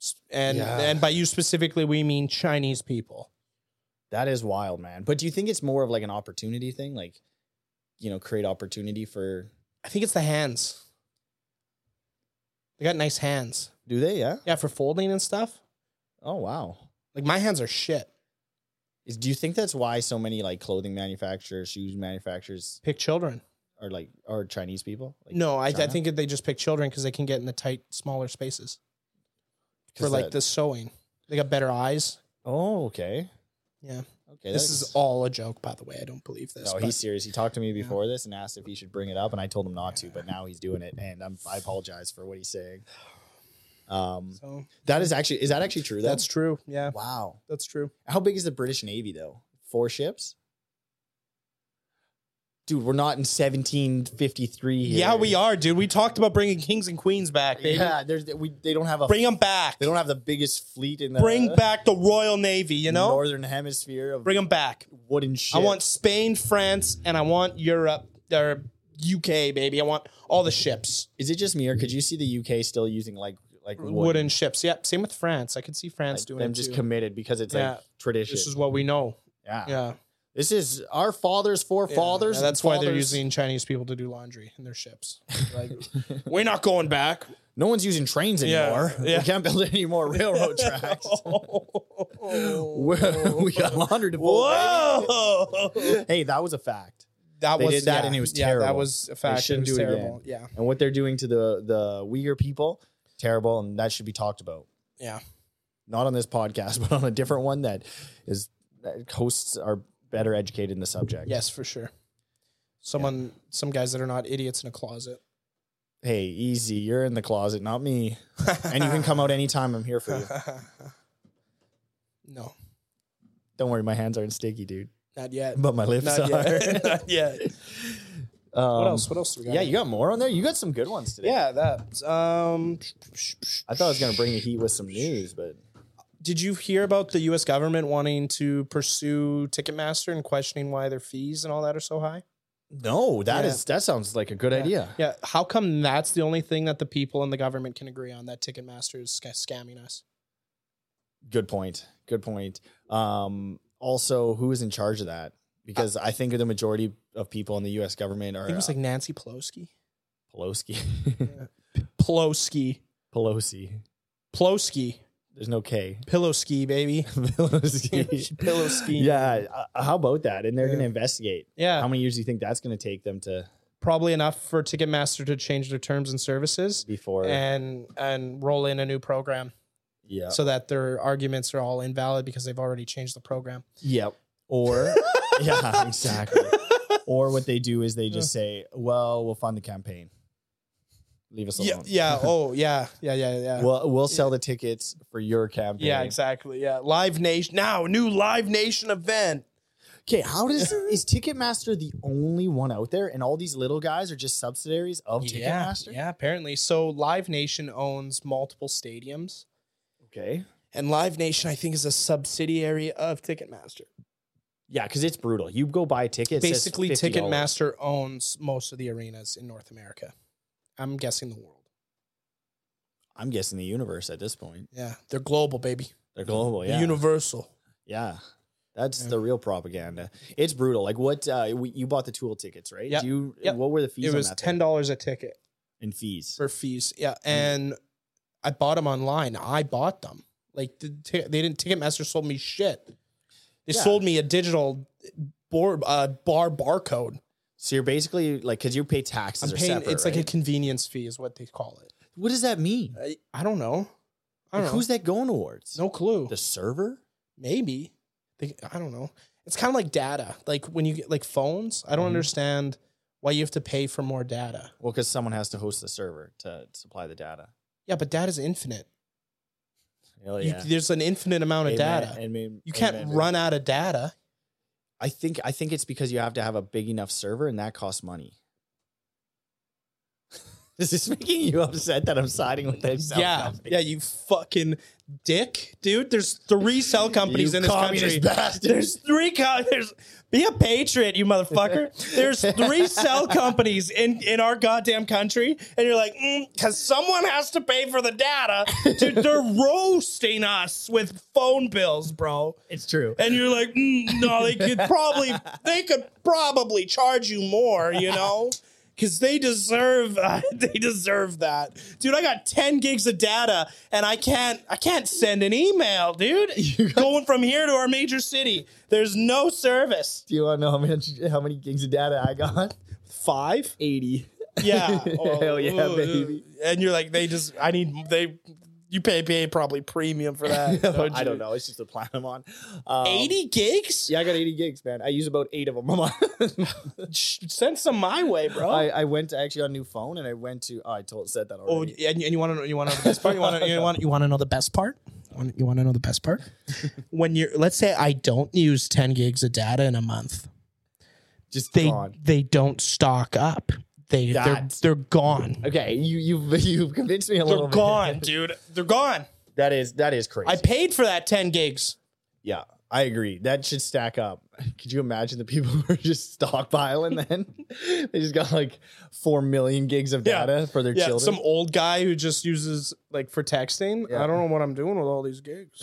S1: S- And,
S2: Yeah.
S1: and by you specifically, we mean Chinese people.
S2: That is wild, man. But do you think it's more of like an opportunity thing? Like, you know, create opportunity for
S1: I think it's the hands. They got nice hands.
S2: do they? Yeah.
S1: Yeah, for folding and stuff.
S2: Oh wow.
S1: Like my hands are shit.
S2: Is, do you think that's why so many like clothing manufacturers, shoes manufacturers
S1: Pick children.
S2: are like are Chinese people? Like,
S1: No, I, I
S2: China?
S1: think they just pick children because they can get in the tight, smaller spaces
S2: 'Cause
S1: for like
S2: that-
S1: the sewing. They got better eyes.
S2: Oh, okay.
S1: Yeah.
S2: Okay.
S1: this is all a joke, by the way. I don't believe this.
S2: No,
S1: but-
S2: he's serious. He talked to me before this and asked if he should bring it up, and I told him not to. But now he's doing it, and I'm, I apologize for what he's saying. Um,
S1: So
S2: that is actually is that actually true? Though?
S1: that's true. Yeah,
S2: wow.
S1: that's true.
S2: How big is the British Navy though? Four ships. Dude, we're not in 1753. Here.
S1: Yeah, we are, dude. We talked about bringing kings and queens back, baby.
S2: Yeah, there's we they don't have a
S1: Bring them back.
S2: they don't have the biggest fleet in the
S1: Bring back the Royal Navy, you know?
S2: northern hemisphere of
S1: Bring them back.
S2: wooden shit.
S1: I want Spain, France, and I want Europe or UK, baby. I want all the ships.
S2: Is it just me or could you see the UK still using like like
S1: Mm-hmm. Wooden, ships. Yep. Same with France. I could see France
S2: Like,
S1: doing
S2: them
S1: it
S2: just
S1: too.
S2: committed because it's like
S1: Yeah.
S2: tradition.
S1: this is what we know.
S2: yeah.
S1: Yeah.
S2: This is our fathers, forefathers.
S1: Yeah, that's why they're
S2: fathers.
S1: using Chinese people to do laundry in their ships. Like, we're not going back.
S2: No one's using trains
S1: Yeah,
S2: anymore.
S1: yeah.
S2: We can't build any more railroad tracks. we we got laundry to pull.
S1: Whoa!
S2: baby. Hey, that was a fact.
S1: That
S2: They did that and it was
S1: Yeah, that
S2: terrible.
S1: was a fact. It
S2: shouldn't
S1: was
S2: do it
S1: terrible. yeah,
S2: And what they're doing to the the Uyghur people, terrible, and that should be talked about.
S1: yeah.
S2: Not on this podcast, but on a different one that is that hosts are better educated in the subject.
S1: Yes, for sure. Someone, some guys that are not idiots in a closet.
S2: Hey, easy. You're in the closet, not me. and you can come out anytime. I'm here for you.
S1: No,
S2: Don't worry, my hands aren't sticky, dude.
S1: not yet.
S2: But my lips
S1: Not
S2: are.
S1: yet. not yet.
S2: Um,
S1: What else? What else do we got?
S2: Yeah, you got more on there. You got some good ones today.
S1: yeah. That. Um,
S2: I thought I was gonna bring the heat with some news, but
S1: did you hear about the U.S. government wanting to pursue Ticketmaster and questioning why their fees and all that are so high?
S2: no, that
S1: Yeah.
S2: is that sounds like a good idea.
S1: Yeah. How come that's the only thing that the people and the government can agree on that Ticketmaster is sc- scamming us?
S2: Good point. Good point. Um, also, who is in charge of that? Because I think the majority of people in the U.S. government
S1: I
S2: are
S1: think it was
S2: uh,
S1: like Nancy Pelosi.
S2: Pelosi.
S1: Pelosi.
S2: Pelosi.
S1: Pelosi.
S2: There's no K.
S1: Pillow ski, baby.
S2: Pelosi.
S1: Pillow ski.
S2: yeah. Uh, how about that? And they're
S1: Yeah.
S2: gonna investigate.
S1: Yeah.
S2: How many years do you think that's gonna take them to
S1: Probably enough for Ticketmaster to change their terms and services
S2: before?
S1: and and roll in a new program.
S2: Yeah.
S1: Eh, so that their arguments are all invalid because they've already changed the program.
S2: Yep. Or yeah, exactly. Or what they do is they just say, "Well, we'll fund the campaign. Leave us
S1: Yeah,
S2: alone.
S1: yeah, oh yeah, yeah, yeah, yeah.
S2: We'll we'll sell the tickets for your campaign.
S1: yeah, exactly. Yeah, Live Nation now new Live Nation event.
S2: Okay, how does is Ticketmaster the only one out there, and all these little guys are just subsidiaries of Ticketmaster?
S1: yeah, apparently. So Live Nation owns multiple stadiums,
S2: Okay.
S1: and Live Nation I think is a subsidiary of Ticketmaster.
S2: Yeah, because it's brutal. You go buy tickets.
S1: Basically, Ticketmaster owns most of the arenas in North America. I'm guessing the world.
S2: I'm guessing the universe at this point.
S1: Yeah, they're global, baby.
S2: They're global.
S1: They're
S2: Yeah.
S1: Universal.
S2: Yeah. That's
S1: Yeah.
S2: the real propaganda. It's brutal. Like what uh, we, you bought the tool tickets, right?
S1: Yep.
S2: Do you
S1: Yep.
S2: what were the fees?
S1: it
S2: on
S1: was
S2: that thing?
S1: ten dollars a ticket
S2: in fees.
S1: for fees.
S2: Mm.
S1: Yeah, and I bought them online. I bought them. Like the t- they didn't. Ticketmaster sold me shit. They
S2: Yeah.
S1: sold me a digital board, uh, bar barcode.
S2: So you're basically like because you pay taxes
S1: I'm
S2: or
S1: paying.
S2: separate.
S1: it's like a convenience fee, is what they call it.
S2: what does that mean?
S1: I, I don't know. I don't
S2: Like, who's
S1: know.
S2: that going towards?
S1: No clue.
S2: the server.
S1: Maybe. They, I don't know. It's kind of like data. Like when you get like phones, I don't
S2: Mhm.
S1: understand why you have to pay for more data.
S2: Well, because someone has to host the server to supply the data.
S1: Yeah, but data's infinite.
S2: Hell
S1: You-
S2: Oh, yeah.
S1: there's an infinite amount of
S2: Amen,
S1: data.
S2: amen,
S1: You can't
S2: amen.
S1: run out of data.
S2: I think I think it's because you have to have a big enough server, and that costs money. Is this making you upset that I'm siding with that? cell
S1: yeah,
S2: company?
S1: yeah, you fucking dick, dude. There's three cell companies
S2: You
S1: in this
S2: communist
S1: country.
S2: bastard.
S1: There's three. Co- there's be a patriot, you motherfucker. There's three cell companies in in our goddamn country, and you're like, because someone has to pay for the data. Dude, they're roasting us with phone bills, bro.
S2: it's true.
S1: And you're like, mm, no, they could probably they could probably charge you more, you know, because they deserve uh, they deserve that, dude. I got ten gigs of data, and I can't I can't send an email, dude. Going from here to our major city, there's no service.
S2: Do you want to know how much how many gigs of data I got? Uh,
S1: Five,
S2: Eighty.
S1: yeah, Oh,
S2: Hell yeah,
S1: ooh,
S2: baby.
S1: And you're like, they just I need they you pay pay probably premium for that.
S2: I
S1: you?
S2: don't know. It's just the plan I'm on. Um,
S1: Eighty gigs?
S2: Yeah, I got 80 gigs, man. I use about eight of them a month.
S1: Sh- Send some my way, bro.
S2: I, I went to actually got a new phone and I went to, oh, I told said that
S1: Oh,
S2: already.
S1: and, and you want to know? You want to know the best part? You want to? You want? You want to know the best part? You wanna- You want to know the best part? when you're, let's say, I don't use ten gigs of data in a month.
S2: just
S1: They
S2: gone.
S1: they don't stock up. They
S2: That's-
S1: they're they're gone.
S2: Okay, you you've you've convinced me a
S1: They're
S2: little bit.
S1: gone, dude. They're gone.
S2: That is that is crazy.
S1: I paid for that ten gigs.
S2: yeah, I agree. That should stack up. Could you imagine the people who are just stockpiling then? they just got like four million gigs of
S1: Yeah.
S2: data for their
S1: Yeah,
S2: children.
S1: some old guy who just uses like for texting. I don't know what I'm doing with all these gigs.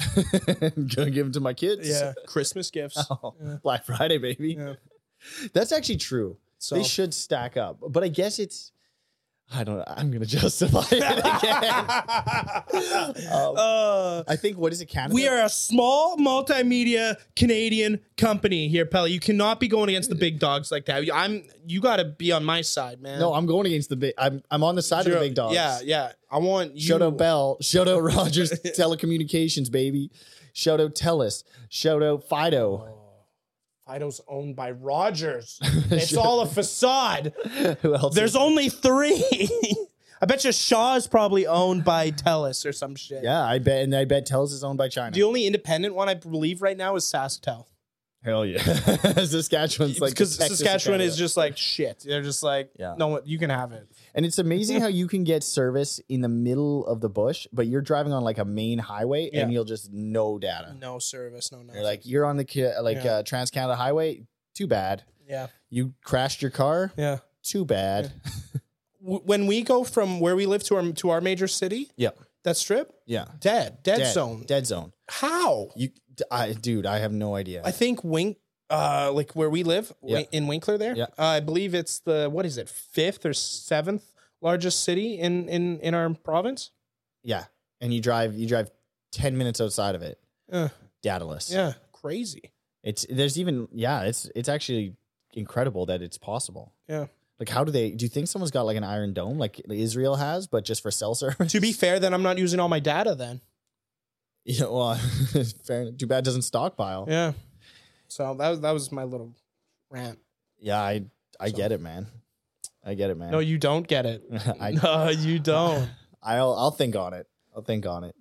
S2: Gonna give them to my kids.
S1: yeah, Christmas gifts.
S2: Oh, Black Friday, baby.
S1: Yeah.
S2: That's actually true.
S1: So
S2: They should stack up, but I guess it's. I don't. know. I'm gonna justify it again. Um,
S1: Uh,
S2: I think what is it? Canada.
S1: We are a small multimedia Canadian company here, Pelly. You cannot be going against the big dogs like that. I'm you got to be on my side, man.
S2: No, I'm going against the big. I'm I'm on the side of the big dogs.
S1: Yeah, yeah. I want you.
S2: Shout out Bell. Shout out Rogers Telecommunications, baby. Shout out Telus. Shout out Fido.
S1: Fido's owned by Rogers. It's all a facade.
S2: Who else?
S1: There's only three. I bet you Shaw is probably owned by Telus or some shit.
S2: yeah, I bet, and I bet Telus is owned by China.
S1: The only independent one I believe right now is SaskTel.
S2: Hell yeah, Saskatchewan's like
S1: Because
S2: the Texas of
S1: Saskatchewan is
S2: Canada.
S1: just like shit. They're just like,
S2: Yeah.
S1: no, you can have it.
S2: And it's amazing how you can get service in the middle of the bush, but you're driving on like a main highway
S1: Yeah.
S2: and you'll just no data.
S1: No service, no nothing.
S2: You're like you're on the Ca- like
S1: Yeah.
S2: uh, Trans Canada Highway. Too bad
S1: yeah,
S2: you crashed your car.
S1: yeah.
S2: Too bad.
S1: w- when we go from where we live to our to our major city,
S2: Yeah,
S1: that strip,
S2: yeah.
S1: dead, dead, zone.
S2: Dead zone.
S1: How?
S2: You, d- I, dude, I have no idea.
S1: I think Wink, uh, like where we live Wink- in Winkler, there,
S2: Yeah.
S1: uh, I believe it's the what is it, fifth or seventh largest city in in in our province.
S2: yeah, and you drive you drive ten minutes outside of it.
S1: Uh,
S2: Dataless.
S1: yeah, crazy.
S2: It's there's even yeah. It's it's actually incredible that it's possible.
S1: Yeah.
S2: Like, how do they? Do you think someone's got like an iron dome, like Israel has, but just for cell service?
S1: To be fair, then I'm not using all my data. Then
S2: Yeah, well, fair. enough. Too bad it doesn't stockpile. Yeah,
S1: Yeah. So that was that was my little rant.
S2: I I get it, man. I get it, man.
S1: No, you don't get it.
S2: I
S1: no, you don't.
S2: I'll I'll think on it. I'll think on it.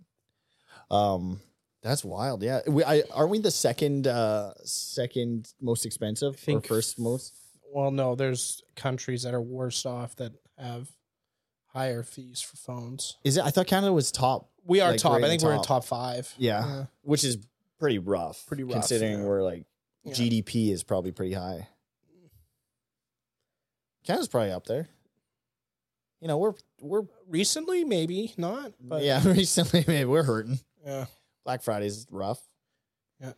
S2: Um, that's wild. Yeah, we I aren't we the second uh second most expensive
S1: think-
S2: or first most?
S1: Well, no, there's countries that are worse off that have higher fees for phones.
S2: Is it? I thought Canada was top,
S1: We are
S2: Like,
S1: top.
S2: right
S1: I
S2: in
S1: think
S2: the
S1: we're in
S2: top.
S1: top five.
S2: Yeah. which is pretty rough.
S1: Pretty rough,
S2: considering
S1: yeah.
S2: we're like
S1: Yeah.
S2: GDP is probably pretty high. Canada's probably up there. You know, we're we're
S1: Recently, maybe not. But yeah.
S2: yeah. Recently, maybe we're hurting.
S1: yeah,
S2: Black Friday's rough.
S1: Yeah.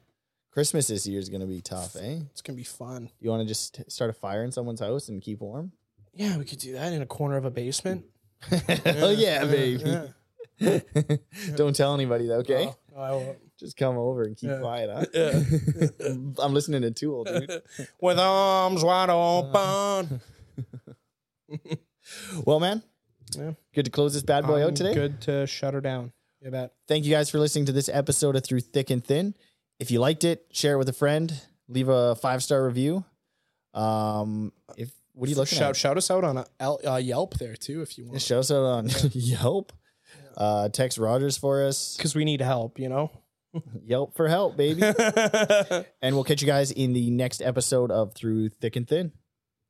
S2: Christmas this year is gonna be tough, eh?
S1: it's gonna be fun.
S2: You want to just t- start a fire in someone's house and keep warm?
S1: Yeah, we could do that in a corner of a basement.
S2: Oh yeah, baby.
S1: yeah.
S2: Don't tell anybody though, okay?
S1: Oh, no, I won't.
S2: Just come over and keep
S1: Yeah.
S2: quiet, huh?
S1: Yeah.
S2: I'm listening to Tool, dude.
S1: With arms wide open.
S2: Well, man,
S1: Yeah.
S2: good to close this bad boy
S1: I'm
S2: out today.
S1: Good to shut her down. You bet.
S2: Thank you guys for listening to this episode of Through Thick and Thin. If you liked it, share it with a friend. Leave a five star review. Um, if what are you looking
S1: shout,
S2: at?
S1: Shout us out on a, L- uh, Yelp there too, if you want,
S2: Show us out on Yelp. Uh, text Rogers for us.
S1: because we need help. You know.
S2: Yelp for help, baby. and we'll catch you guys in the next episode of Through Thick and Thin.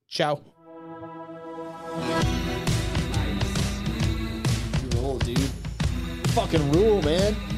S1: Ciao.
S2: Rule, dude. Fucking rule, man.